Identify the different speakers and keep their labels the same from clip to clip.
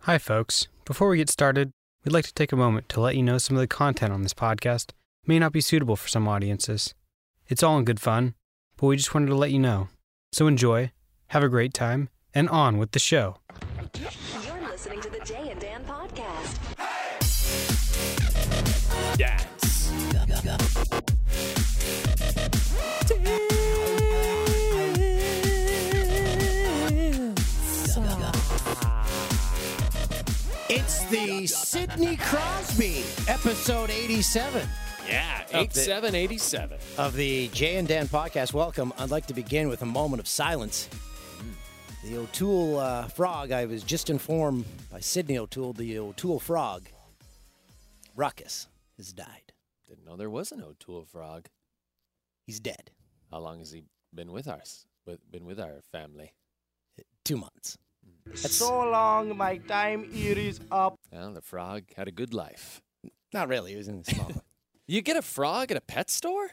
Speaker 1: Hi, folks. Before we get started, we'd like to take a moment to let you know some of the content on this podcast may not be suitable for some audiences. It's all in good fun, but we just wanted to let you know. So enjoy, have a great time, and on with the show.
Speaker 2: You're listening to the Jay and Dan podcast.
Speaker 3: dance.
Speaker 4: It's the Sidney Crosby episode 87
Speaker 3: Yeah,
Speaker 4: the-
Speaker 3: 8787.
Speaker 4: of the Jay and Dan podcast. Welcome. I'd like to begin with a moment of silence. The O'Toole uh, frog, I was just informed by Sidney O'Toole, the O'Toole frog, Ruckus, has died.
Speaker 3: Didn't know there was an O'Toole frog.
Speaker 4: He's dead.
Speaker 3: How long has he been with us? With, been with our family?
Speaker 4: Two months. That's
Speaker 5: So long, my time it is up.
Speaker 3: Well, the frog had a good life.
Speaker 4: not really. He was in the small one.
Speaker 3: You get a frog at a pet store?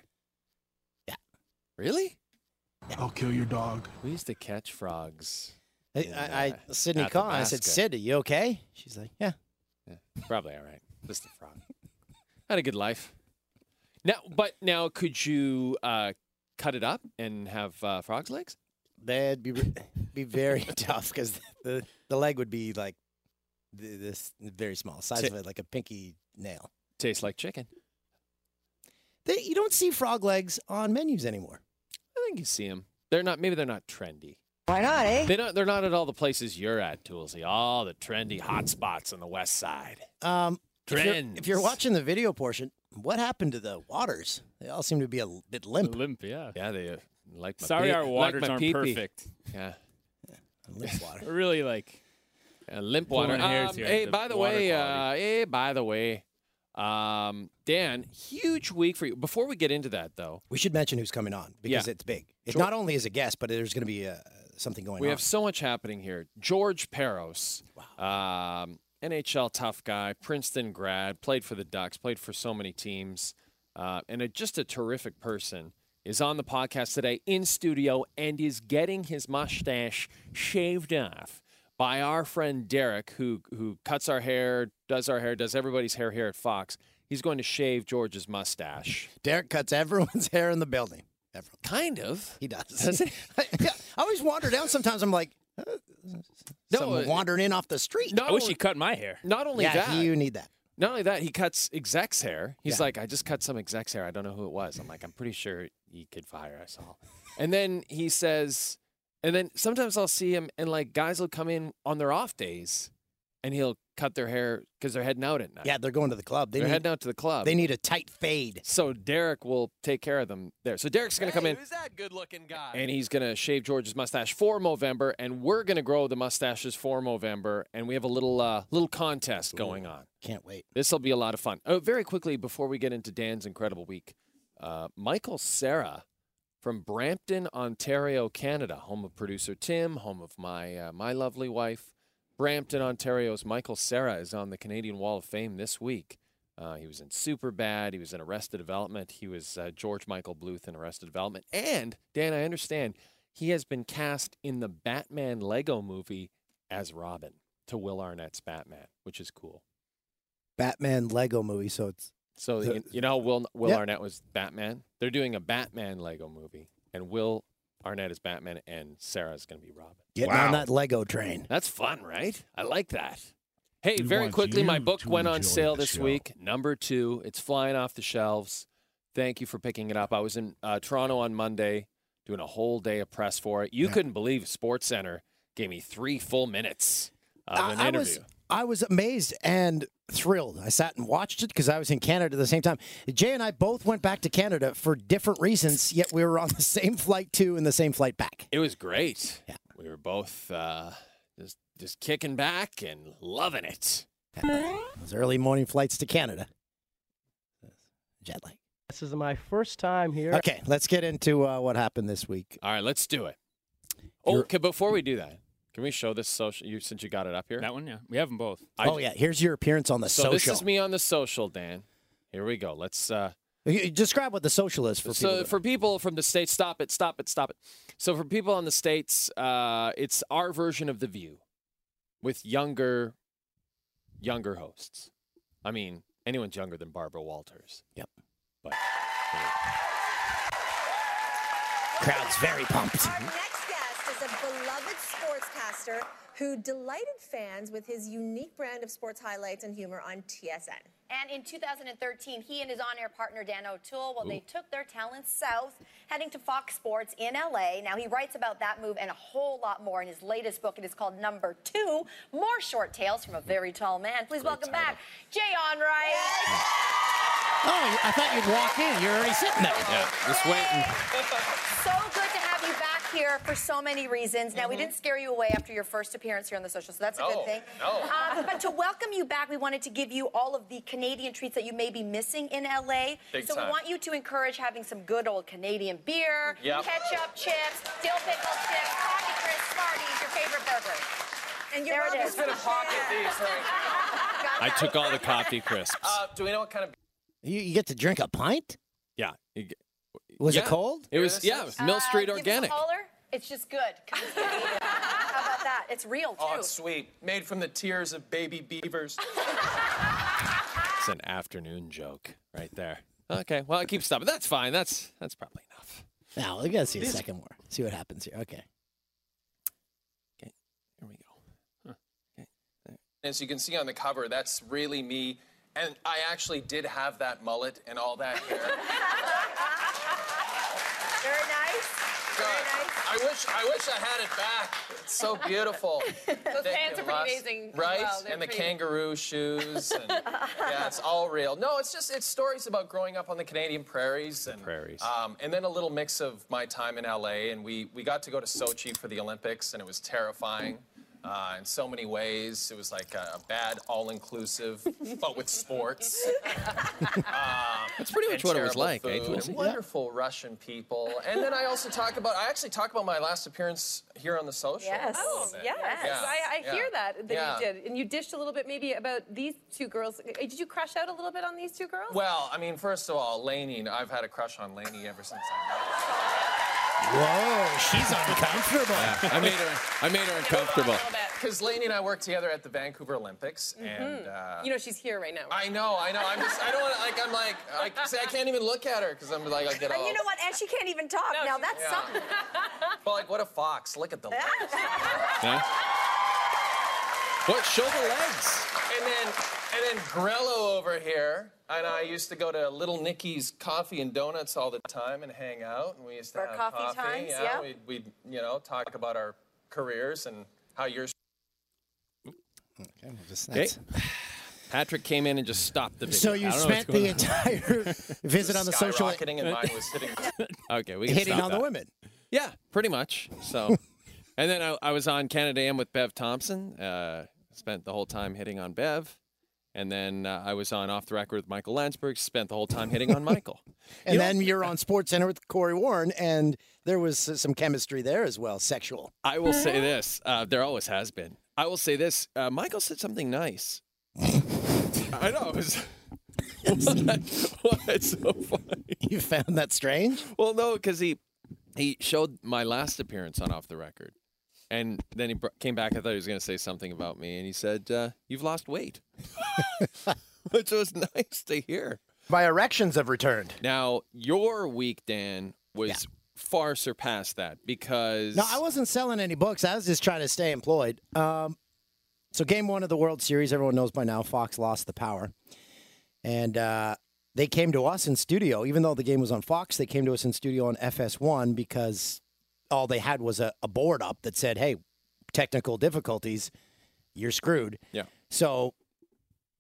Speaker 4: Yeah.
Speaker 3: Really?
Speaker 6: I'll kill your dog.
Speaker 3: We used to catch frogs.
Speaker 4: I,
Speaker 3: In,
Speaker 4: I, I,
Speaker 3: uh,
Speaker 4: Sydney called. and I said,
Speaker 3: Athabasca.
Speaker 4: Sid, are you okay? She's like, yeah.
Speaker 3: Yeah, probably all right. Just a frog. had a good life. Now, but now could you uh, cut it up and have uh, frog's legs?
Speaker 4: That'd be re- be very tough because the the leg would be like th- this very small size
Speaker 3: Ti-
Speaker 4: of it, like a pinky nail.
Speaker 3: Tastes like chicken.
Speaker 4: They, you don't see frog legs on menus anymore.
Speaker 3: I think you see them. They're not. Maybe they're not trendy.
Speaker 7: Why not, eh?
Speaker 3: They don't, they're not at all the places you're at, Toolsy. All the trendy hot spots on the west side.
Speaker 4: Um, if you're- If, you're
Speaker 3: Trends.
Speaker 4: watching the video portion, what happened to the waters? They all seem to be a l- bit limp.
Speaker 8: yeah.
Speaker 3: Yeah, they uh, like my
Speaker 8: Sorry,
Speaker 3: pee-
Speaker 8: our
Speaker 3: like
Speaker 8: waters
Speaker 3: my
Speaker 8: aren't
Speaker 3: pee-pee.
Speaker 8: perfect.
Speaker 3: Yeah.
Speaker 4: limp water.
Speaker 8: We're really like
Speaker 3: Uh, limp
Speaker 8: Pulling
Speaker 3: water.
Speaker 8: hairs
Speaker 3: Um,
Speaker 8: here at
Speaker 3: hey,
Speaker 8: the
Speaker 3: by the
Speaker 8: water
Speaker 3: way, uh,
Speaker 8: quality.
Speaker 3: hey, by the way, um, Dan, huge week for you. Before we get into that, though,
Speaker 4: We should mention who's coming on because
Speaker 3: Yeah.
Speaker 4: it's big. It not only is a guest, but there's going to be uh, something going
Speaker 3: we
Speaker 4: on.
Speaker 3: have so much happening here. George Peros, um, NHL tough guy, Princeton grad, played for the Ducks, played for so many teams, uh, and a, just a terrific person. Is on the podcast today in studio and is getting his mustache shaved off by our friend Derek, who who cuts our hair, does our hair, does everybody's hair here at Fox. He's going to shave George's mustache.
Speaker 4: Derek cuts everyone's hair in the building. Everyone.
Speaker 3: Kind of.
Speaker 4: He does.
Speaker 3: Does he?
Speaker 4: yeah, I always wander down. Sometimes I'm like, uh,
Speaker 3: No,
Speaker 4: someone
Speaker 3: uh,
Speaker 4: wandering in off the street.
Speaker 3: Not
Speaker 8: I wish
Speaker 3: only-
Speaker 8: he cut my hair.
Speaker 3: Not only
Speaker 4: yeah,
Speaker 3: that,
Speaker 4: you need that.
Speaker 3: Not only that, he cuts exec's hair. He's
Speaker 4: Yeah.
Speaker 3: like, I just cut some exec's hair. I don't know who it was. I'm like, I'm pretty sure he could fire us all. And then he says, and then sometimes I'll see him, and like guys will come in on their off days, and he'll cut their hair because they're heading out at night.
Speaker 4: Yeah, they're going to the club. They
Speaker 3: they are
Speaker 4: need
Speaker 3: heading out to the club.
Speaker 4: they need a tight fade.
Speaker 3: so Derek will take care of them there. So Derek's gonna come in. Who's that good looking guy? And he's gonna shave George's mustache for Movember, and we're gonna grow the mustaches for Movember, and we have a little uh, little contest going on.
Speaker 4: Can't wait.
Speaker 3: This will be a lot of fun. Oh, very quickly before we get into Dan's incredible week, uh, Michael Sarah from Brampton, Ontario, Canada, home of producer Tim, home of my uh, my lovely wife. Brampton, Ontario's Michael Sarah is on the Canadian Wall of Fame this week. Uh, he was in Superbad. He was in Arrested Development. He was uh, George Michael Bluth in Arrested Development. And Dan, I understand he has been cast in the Batman Lego movie as Robin to Will Arnett's Batman, which is cool.
Speaker 4: Batman Lego movie, so it's
Speaker 3: So
Speaker 4: The-
Speaker 3: you, you know, how Will Will
Speaker 4: Yeah.
Speaker 3: Arnett was Batman. They're doing a Batman Lego movie, and Will Arnett is Batman, and Sarah's going to be Robin.
Speaker 4: getting on that Lego train.
Speaker 3: That's fun, right? I like that. Hey,
Speaker 6: We
Speaker 3: very
Speaker 6: want
Speaker 3: quickly, my
Speaker 6: you
Speaker 3: book
Speaker 6: to
Speaker 3: went on
Speaker 6: enjoy
Speaker 3: sale
Speaker 6: the
Speaker 3: this
Speaker 6: show.
Speaker 3: week. Number two, it's flying off the shelves. Thank you for picking it up. I was in uh, Toronto on Monday doing a whole day of press for it. You couldn't believe Sports Center gave me three full minutes of an
Speaker 4: I, I
Speaker 3: interview.
Speaker 4: was I was amazed and thrilled. I sat and watched it because I was in Canada at the same time. Jay and I both went back to Canada for different reasons, yet we were on the same flight to and the same flight back.
Speaker 3: It was great.
Speaker 4: Yeah.
Speaker 3: We were both uh, just just kicking back and loving it.
Speaker 4: Those early morning flights to Canada. Jet lag.
Speaker 5: This is my first time here.
Speaker 4: Okay, let's get into uh, what happened this week.
Speaker 3: All right, let's do it. Oh,
Speaker 4: You're-
Speaker 3: okay, before we do that, can we show this social? You since you got it up here.
Speaker 8: That one, yeah. We have them both.
Speaker 3: I-
Speaker 4: oh yeah, here's your appearance on the
Speaker 3: So
Speaker 4: social.
Speaker 3: this is me on the social, Dan. Here we go. Let's. Uh,
Speaker 4: You- you Describe what the social is for
Speaker 3: so
Speaker 4: people. that-
Speaker 3: for people from the states, stop it, stop it, stop it. So for people in the states, uh, it's our version of the View, with younger younger hosts. I mean, anyone's younger than Barbara Walters.
Speaker 4: Yep.
Speaker 3: But
Speaker 4: Crowd's very pumped.
Speaker 7: Our next guest is a beloved sportscaster who delighted fans with his unique brand of sports highlights and humor on TSN.
Speaker 8: And in 2013, he and his on air partner Dan O'Toole, well, they took their talents south, heading to Fox Sports in LA. Now, he writes about that move and a whole lot more in his latest book. It is called Number Two More Short Tales from a Very Tall Man. Please welcome back Jay Onright.
Speaker 4: Oh, I thought you'd walk in. You're already sitting there.
Speaker 3: yeah, just waiting.
Speaker 8: So good to have you back here for so many reasons. Now, we didn't scare you away after your first appearance here on the social, so that's a
Speaker 3: Mm-hmm. No,
Speaker 8: good thing.
Speaker 3: no.
Speaker 8: Um, but to welcome you back, we wanted to give you all of the Canadian treats that you may be missing in LA.
Speaker 3: Big
Speaker 8: so
Speaker 3: time.
Speaker 8: we want you to encourage having some good old Canadian beer,
Speaker 3: Yep.
Speaker 8: ketchup, chips, dill pickle chips, coffee crisp, Smarties, your favorite burger.
Speaker 7: And you're
Speaker 8: There it
Speaker 7: welcome
Speaker 8: is.
Speaker 7: to share.
Speaker 3: I took all the coffee crisps.
Speaker 9: Uh, do we know what kind of
Speaker 4: You, you get to drink a pint?
Speaker 3: yeah. you g-
Speaker 4: Was it
Speaker 3: yeah.
Speaker 4: cold?
Speaker 3: It was yeah, it was Mill Street
Speaker 8: Uh, give us a
Speaker 3: Organic.
Speaker 8: holler. It's just good. 'cause it's Canadian. How about that? It's real, too.
Speaker 9: Oh, it's sweet. Made from the tears of baby beavers.
Speaker 3: It's an afternoon joke right there. Okay, well, I keep stopping. That's fine. That's that's probably enough.
Speaker 4: No, we gotta see a second more. See what happens here. Okay.
Speaker 3: Here we go.
Speaker 9: As you can see on the cover, that's really me. And I actually did have that mullet and all that hair.
Speaker 8: Very nice. Very
Speaker 9: God,
Speaker 8: nice.
Speaker 9: I wish I wish I had it back. It's so beautiful. Those
Speaker 10: pants are pretty amazing as
Speaker 9: Right?
Speaker 10: well. They're
Speaker 9: and the
Speaker 10: pretty-
Speaker 9: kangaroo shoes and yeah, it's all real. No, it's just it's stories about growing up on the Canadian prairies and
Speaker 3: prairies.
Speaker 9: Um, and then a little mix of my time in LA and we we got to go to Sochi for the Olympics and it was terrifying. Uh, in so many ways, it was like a, a bad all-inclusive, but with sports. Uh,
Speaker 3: That's pretty
Speaker 9: and
Speaker 3: much what it was
Speaker 9: terrible
Speaker 3: like. eh,
Speaker 9: food and
Speaker 3: Tulsi?
Speaker 9: wonderful Russian people. And then I also talk about I actually talk about my last appearance here on the social.
Speaker 8: Yes.
Speaker 9: a little
Speaker 8: Oh,
Speaker 9: bit.
Speaker 10: Yes,
Speaker 9: Yeah,
Speaker 10: I, I
Speaker 9: yeah.
Speaker 10: hear that that
Speaker 9: Yeah.
Speaker 10: you did, and you dished a little bit maybe about these two girls. Uh, Did you crush out a little bit on these two girls?
Speaker 9: Well, I mean, first of all, Lainey, I've had a crush on Lainey ever since I met her.
Speaker 4: Whoa, she's uncomfortable.
Speaker 3: I made her. I made her
Speaker 10: Move on a
Speaker 3: uncomfortable.
Speaker 10: little bit. Mm-hmm.
Speaker 9: Because Lainey and I worked together at the Vancouver Olympics, and uh,
Speaker 10: You know she's here right now.
Speaker 9: I know, I know. I'm just, I don't want to, like, I'm like, I, see, I can't even look at her because I'm like, I get all.
Speaker 8: And you know what? And she can't even talk.
Speaker 10: No,
Speaker 8: now
Speaker 10: she-
Speaker 8: that's
Speaker 9: Yeah.
Speaker 8: something.
Speaker 9: But like, what a fox! Look at the. legs.
Speaker 3: Yeah. What? Show the legs.
Speaker 9: And then, and then Grello over here, and I used to go to Little Nicky's Coffee and Donuts all the time and hang out, and we used to
Speaker 8: For
Speaker 9: have
Speaker 8: coffee times, yeah.
Speaker 9: we'd, we'd, you know, talk about our careers and how yours.
Speaker 4: Okay, well, just-
Speaker 3: Okay.
Speaker 4: that's-
Speaker 3: Patrick came in and just stopped the video.
Speaker 4: So you
Speaker 3: I don't know
Speaker 4: spent
Speaker 3: what's
Speaker 4: the
Speaker 3: going
Speaker 4: entire visit on the social
Speaker 9: skyrocketing, and mine was sitting.
Speaker 3: on. Okay, we can
Speaker 4: hitting
Speaker 3: stop
Speaker 4: on
Speaker 3: that.
Speaker 4: the women.
Speaker 3: Yeah, pretty much. So, and then I, I was on Canada Am with Bev Thompson. Uh, spent the whole time hitting on Bev, and then uh, I was on Off the Record with Michael Landsberg. Spent the whole time hitting on Michael.
Speaker 4: And then you're on Sports Center with Corey Warren, and there was s- some chemistry there as well, sexual.
Speaker 3: I will say this: uh, there always has been. I will say this: uh, Michael said something nice. I know. It was, was that, why it's so funny?
Speaker 4: You found that strange?
Speaker 3: Well, no, because he he showed my last appearance on Off the Record, and then he br- came back. I thought he was going to say something about me, and he said, uh, "You've lost weight," which was nice to hear.
Speaker 4: My erections have returned.
Speaker 3: Now your week, Dan, was far surpassed that because
Speaker 4: No, I wasn't selling any books. I was just trying to stay employed. Um, so, game one of the World Series, everyone knows by now, Fox lost the power. And uh, they came to us in studio, even though the game was on Fox, they came to us in studio on FS1 because all they had was a, a board up that said, hey, technical difficulties, you're screwed.
Speaker 3: yeah.
Speaker 4: So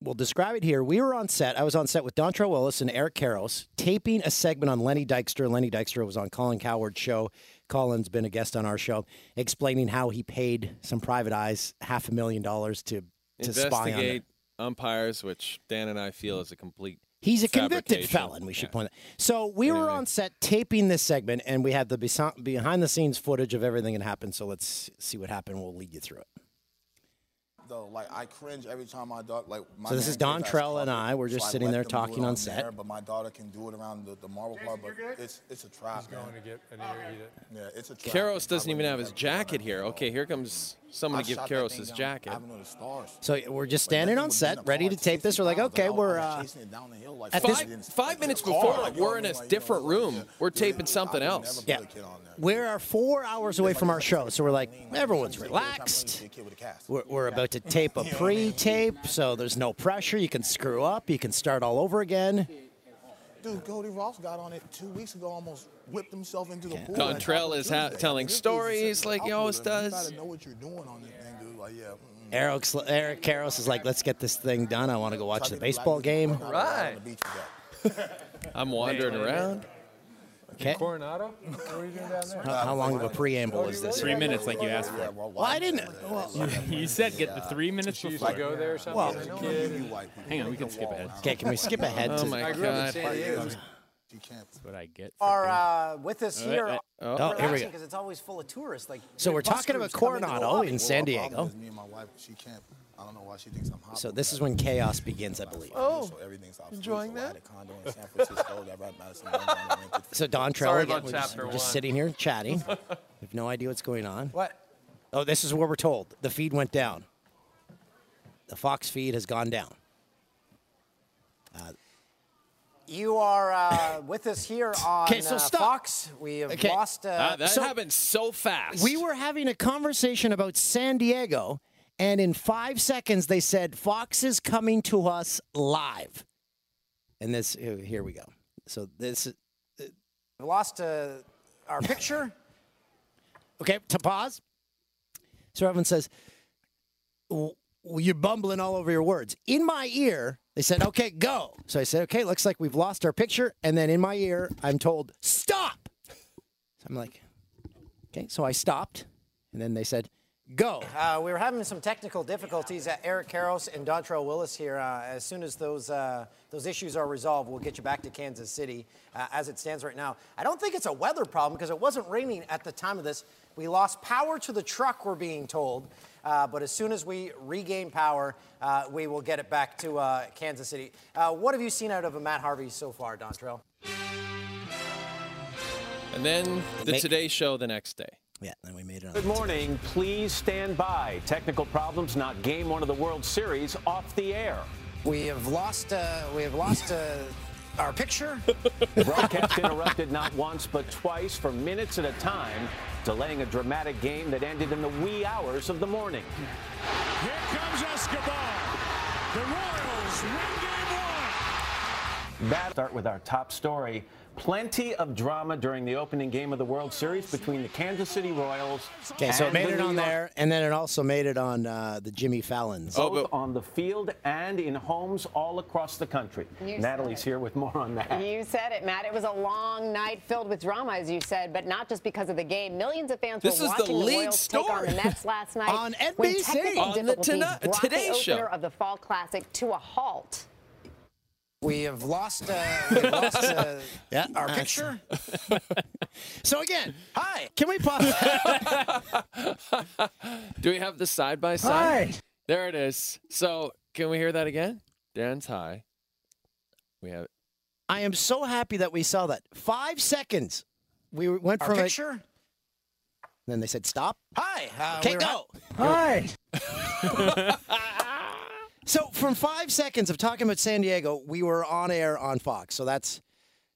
Speaker 4: we'll describe it here. We were on set. I was on set with Dontre Willis and Eric Karros taping a segment on Lenny Dykstra. Lenny Dykstra was on Colin Coward's show. Colin's been a guest on our show, explaining how he paid some private eyes half a million dollars to to spy on. them.
Speaker 3: Investigate umpires, which Dan and I feel is a complete.
Speaker 4: He's a convicted
Speaker 3: fabrication.
Speaker 4: felon. We should
Speaker 3: Yeah.
Speaker 4: point that. So we were on set taping this segment, and we had the besa- behind the scenes footage of everything that happened. So let's see what happened. We'll lead you through it.
Speaker 11: though. Like I cringe every time my daughter. Like my
Speaker 4: So this
Speaker 11: man
Speaker 4: is Don
Speaker 11: goes out
Speaker 4: Trell and
Speaker 11: shopping,
Speaker 4: I. We're just
Speaker 11: so I
Speaker 4: sitting
Speaker 11: let
Speaker 4: there
Speaker 11: them do it
Speaker 4: talking on set.
Speaker 11: there, but my daughter can do it around the, the marble club. But it's it's a trap. He's going to get and eat it. Yeah, it's a trap.
Speaker 3: Karos
Speaker 11: I
Speaker 3: doesn't even
Speaker 11: wouldn't
Speaker 3: have his
Speaker 11: do that.
Speaker 3: jacket here. Okay, here comes Someone
Speaker 11: I
Speaker 3: give
Speaker 11: shot that
Speaker 3: Karos
Speaker 11: thing
Speaker 3: his
Speaker 11: down.
Speaker 3: jacket.
Speaker 11: I haven't know the stars.
Speaker 4: So we're just standing on set, ready to tape this. We're like, okay, we're uh, at
Speaker 3: five,
Speaker 4: this.
Speaker 3: five minutes before, we're in a different room. We're taping something else.
Speaker 4: Yeah, we are four hours away from our show, so we're like, everyone's relaxed. We're, we're about to tape a pre-tape, so there's no pressure. You can screw up. You can start all over again.
Speaker 11: Dude, Cody Ross got on it two weeks ago, almost whipped himself into the pool.
Speaker 3: Dontrell is ha- telling stories like he always
Speaker 11: You
Speaker 3: does.
Speaker 11: gotta know what you're doing on this thing, dude. Like, yeah.
Speaker 4: Eric, Eric Karros is like, let's get this thing done. I want to go watch the baseball game.
Speaker 3: Right. I'm wandering around.
Speaker 4: Okay.
Speaker 12: Coronado? What are you doing down there?
Speaker 4: How, how long of a preamble is this?
Speaker 13: Three minutes, like you asked for.
Speaker 4: Well, I didn't.
Speaker 13: You, you said get the three minutes
Speaker 12: She used
Speaker 13: before.
Speaker 12: to go there or something
Speaker 13: Well-
Speaker 12: as a kid.
Speaker 13: Hang on, we can skip ahead.
Speaker 4: Okay, can we skip ahead?
Speaker 13: Oh
Speaker 4: to-
Speaker 13: my
Speaker 12: I grew up in
Speaker 13: god.
Speaker 12: San Diego.
Speaker 13: That's what I get. for
Speaker 14: Are
Speaker 13: being-
Speaker 14: uh, with us
Speaker 13: Uh,
Speaker 14: here.
Speaker 13: uh, oh.
Speaker 4: Oh, here we go.
Speaker 14: Because it's always full of tourists. Like
Speaker 4: So we're
Speaker 14: bus
Speaker 4: talking
Speaker 14: crews
Speaker 4: about
Speaker 14: come into the
Speaker 4: Coronado
Speaker 14: lobby.
Speaker 4: in San
Speaker 11: Well, my
Speaker 4: Diego.
Speaker 11: problem is Me and my wife, she can't. I don't know why she thinks I'm hot.
Speaker 4: So this is when chaos begins, I believe.
Speaker 11: Oh, so everything's obsolete.
Speaker 3: enjoying
Speaker 11: so I had a condo in San Francisco that right Madison. Avenue.
Speaker 4: So Don Trell,
Speaker 11: Sorry
Speaker 4: again,
Speaker 11: about
Speaker 4: we're, just,
Speaker 11: chapter
Speaker 4: we're just
Speaker 11: one.
Speaker 4: sitting here chatting. we have no idea what's going on.
Speaker 14: What?
Speaker 4: Oh, this is what we're told. The feed went down. The Fox feed has gone down.
Speaker 14: You are uh, with us here on
Speaker 4: 'Kay, so
Speaker 14: uh,
Speaker 4: stop.
Speaker 14: Fox. We have
Speaker 4: Okay.
Speaker 14: lost. Uh,
Speaker 3: Ah, that
Speaker 4: So-
Speaker 3: happened so fast.
Speaker 4: We were having a conversation about San Diego, and in five seconds they said Fox is coming to us live. And this here we go. So this
Speaker 14: we lost uh, our picture.
Speaker 4: okay to pause. So everyone says, "W- "You're bumbling all over your words." In my ear, they said, "Okay, go." So I said, "Okay, looks like we've lost our picture." And then in my ear, I'm told, "Stop." So I'm like, "Okay." So I stopped, and then they said, "Go."
Speaker 14: Uh, we were having some technical difficulties. Uh, Eric Karros and Dontrell Willis here. Uh, as soon as those uh, those issues are resolved, we'll get you back to Kansas City. Uh, as it stands right now, I don't think it's a weather problem because it wasn't raining at the time of this. We lost power to the truck. We're being told, uh, but as soon as we regain power, uh, we will get it back to uh, Kansas City. Uh, what have you seen out of a Matt Harvey so far, Dontrell?
Speaker 3: And then the Today Show the next day.
Speaker 4: Yeah, then we made it.
Speaker 15: Good morning. Please stand by. Technical problems, not game one of the World Series, off the air.
Speaker 14: We have lost. Uh, we have lost uh, our picture.
Speaker 15: Broadcast interrupted not once, but twice for minutes at a time, delaying a dramatic game that ended in the wee hours of the morning.
Speaker 16: Here comes Escobar. The Royals win game one.
Speaker 15: Bad start with our top story. Plenty of drama during the opening game of the World Series between the Kansas City Royals.
Speaker 4: Okay, so it
Speaker 15: and
Speaker 4: made
Speaker 15: the
Speaker 4: it
Speaker 15: New
Speaker 4: on
Speaker 15: York
Speaker 4: there, and then it also made it on uh, the Jimmy Fallon's.
Speaker 3: Oh,
Speaker 15: both on the field and in homes all across the country.
Speaker 17: You
Speaker 15: Natalie's here with more on that.
Speaker 17: You said it, Matt. It was a long night filled with drama, as you said, but not just because of the game. Millions of fans
Speaker 15: This
Speaker 17: were
Speaker 15: is the
Speaker 17: watching the,
Speaker 15: lead
Speaker 17: Royals take on the
Speaker 15: story.
Speaker 17: Mets last night
Speaker 15: On
Speaker 17: when
Speaker 15: NBC.
Speaker 17: technical
Speaker 15: On the
Speaker 17: difficulties
Speaker 15: Tonight-
Speaker 17: brought
Speaker 15: Today
Speaker 17: the opener
Speaker 15: Show.
Speaker 17: of the Fall Classic to a halt.
Speaker 14: We have lost. Uh, we have lost uh,
Speaker 4: Yeah,
Speaker 14: our
Speaker 4: nice.
Speaker 14: picture.
Speaker 4: so again,
Speaker 14: hi.
Speaker 4: Can we pause?
Speaker 3: Do we have the side by side? There it is. So can we hear that again? Dan's high. We have
Speaker 4: I am so happy that we saw that. Five seconds. We went
Speaker 14: Our
Speaker 4: from a-
Speaker 14: picture.
Speaker 4: then they said stop.
Speaker 14: Hi. Uh,
Speaker 4: Okay,
Speaker 14: we're-
Speaker 4: go.
Speaker 14: Hi.
Speaker 4: So from five seconds of talking about San Diego, we were on air on Fox. So that's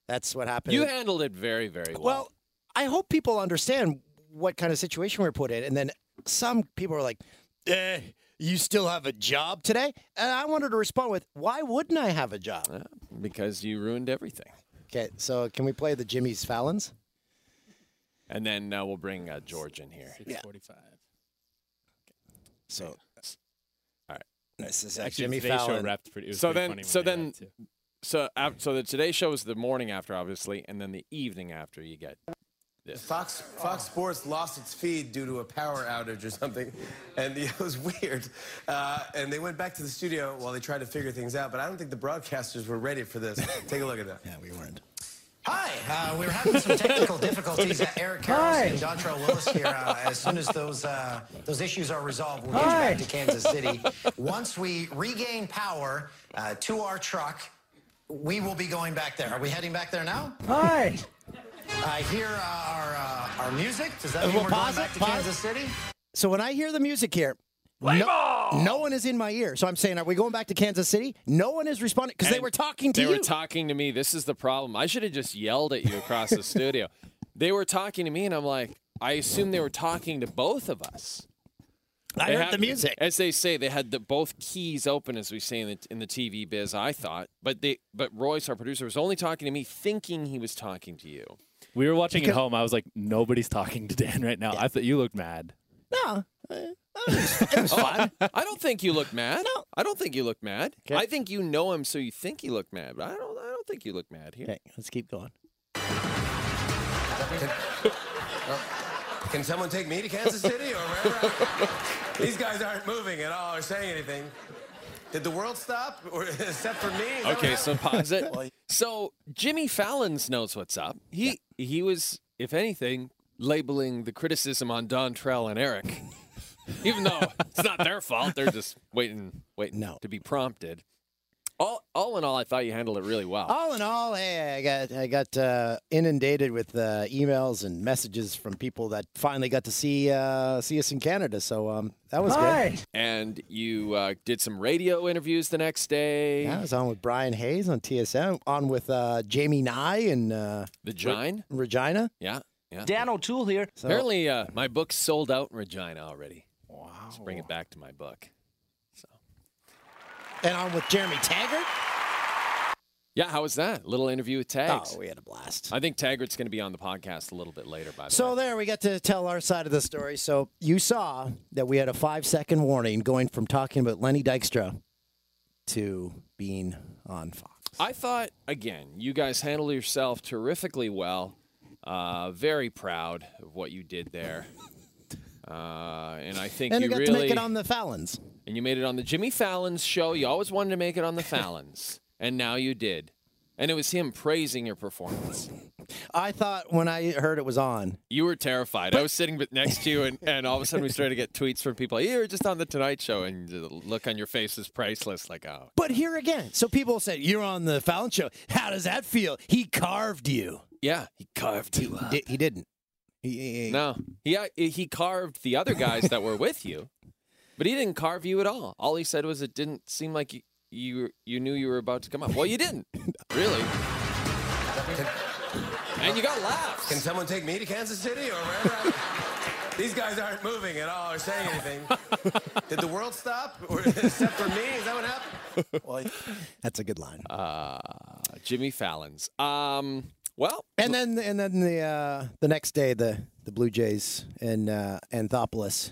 Speaker 4: that's what happened.
Speaker 3: you handled it very very well.
Speaker 4: well, I hope people understand what kind of situation we are put in, and then some people are like, eh, "You still have a job today?" And I wanted to respond with, "Why wouldn't I have a job?"
Speaker 3: because you ruined everything.
Speaker 4: Okay, so can we play the Jimmy's Fallons?
Speaker 3: And then uh, we'll bring uh, George in here.
Speaker 4: Yeah.
Speaker 13: 45.
Speaker 4: So, all
Speaker 3: right.
Speaker 4: This is uh,
Speaker 13: Actually, Jimmy Today Show Fallon. wrapped pretty- it was
Speaker 3: so
Speaker 13: pretty
Speaker 3: then,
Speaker 13: funny when
Speaker 3: so
Speaker 13: they
Speaker 3: then, so uh, so the Today Show is the morning after, obviously, and then the evening after you get this.
Speaker 18: Fox Fox Sports lost its feed due to a power outage or something, and it was weird. Uh, and they went back to the studio while they tried to figure things out. But I don't think the broadcasters were ready for this. Take a look at that. Yeah,
Speaker 4: we weren't.
Speaker 14: Hi. Uh, we were having some technical difficulties. Uh, Eric Carroll
Speaker 18: Hi.
Speaker 14: and Dontrell Willis here. Uh, as soon as those uh, those issues are resolved, we'll get you back to Kansas City. Once we regain power uh, to our truck, we will be going back there. Are we heading back there now?
Speaker 4: Hi.
Speaker 14: I hear uh, our uh, our music. Does that
Speaker 4: Uh,
Speaker 14: mean
Speaker 4: well,
Speaker 14: we're going
Speaker 4: pause it,
Speaker 14: back to
Speaker 4: pause.
Speaker 14: Kansas City?
Speaker 4: So when I hear the music here, no, no one is in my ear. So I'm saying, are we going back to Kansas City? No one is responding because they
Speaker 3: And
Speaker 4: were talking to
Speaker 3: they
Speaker 4: you.
Speaker 3: were talking to me. This is the problem. I should have just yelled at you across the studio. They were talking to me, and I'm like, I assume they were talking to both of us.
Speaker 4: I
Speaker 3: They
Speaker 4: heard
Speaker 3: had-
Speaker 4: the music.
Speaker 3: As they say, they had the, both keys open, as we say in the, in the TV biz. I thought, but they, but Royce, our producer, was only talking to me, thinking he was talking to you.
Speaker 13: We were watching at home. I was like, nobody's talking to Dan right now. I thought you looked mad.
Speaker 4: No. uh,
Speaker 3: Oh, I don't think you look mad. I don't think you look mad. I think you know him, so you think you look mad. But I don't. I don't think you look mad here.
Speaker 4: Okay, let's keep going.
Speaker 18: Can someone take me to Kansas City or wherever? I- These guys aren't moving at all or saying anything. Did the world stop, or, except for me? Is that
Speaker 3: Okay,
Speaker 18: what
Speaker 3: so
Speaker 18: happened?
Speaker 3: pause it. So Jimmy Fallon's knows what's up. He he was, if anything, labeling the criticism on Don Trell and Eric, even though it's not their fault. They're just waiting, waiting to be prompted. All all in all, I thought you handled it really well.
Speaker 4: All in all, hey, I got I got uh, inundated with uh, emails and messages from people that finally got to see uh, see us in Canada. So um, that was good.
Speaker 3: And you uh, did some radio interviews the next day.
Speaker 4: Yeah, I was on with Brian Hayes on TSM, on with uh, Jamie Nye and uh,
Speaker 3: The Gine?
Speaker 4: Re- Regina.
Speaker 3: yeah, yeah.
Speaker 5: Dan O'Toole here.
Speaker 3: Apparently, uh, my book's sold out in Regina already. Wow. Let's bring it back to my book.
Speaker 4: and on with Jeremy Taggart.
Speaker 3: Yeah, how was that? Little interview with Tags.
Speaker 4: Oh, we had a blast.
Speaker 3: I think Taggart's going to be on the podcast a little bit later, by the way.
Speaker 4: So there, we got to tell our side of the story. So you saw that we had a five second warning going from talking about Lenny Dykstra to being on Fox.
Speaker 3: I thought, again, you guys handled yourself terrifically well. Uh, very proud of what you did there. Uh, and I think
Speaker 4: and
Speaker 3: you
Speaker 4: got
Speaker 3: really.
Speaker 4: to make it on the Fallons.
Speaker 3: and you made it on the Jimmy Fallon's show. You always wanted to make it on the Fallon's, and now you did. And it was him praising your performance.
Speaker 4: I thought when I heard it was on,
Speaker 3: You were terrified. I was sitting b- next to you, and, and all of a sudden we started to get tweets from people. You were just on the Tonight Show, and the look on your face is priceless. Like, oh,
Speaker 4: but here again. So people said, You're on the Fallon show. How does that feel? He carved you.
Speaker 3: yeah, he carved you up.
Speaker 4: Di- he didn't. He-
Speaker 3: No, he uh, he carved the other guys that were with you, but he didn't carve you at all. All he said was it didn't seem like you you, you knew you were about to come up. Well, you didn't really. And you got laughs.
Speaker 18: Can someone take me to Kansas City or wherever? I- These guys aren't moving at all or saying anything. Did the world stop, or, except for me? Is that what happened?
Speaker 4: That's a good line.
Speaker 3: Uh, Jimmy Fallon's. Um, well,
Speaker 4: And then and then the uh, the next day the the Blue Jays and uh, Anthopoulos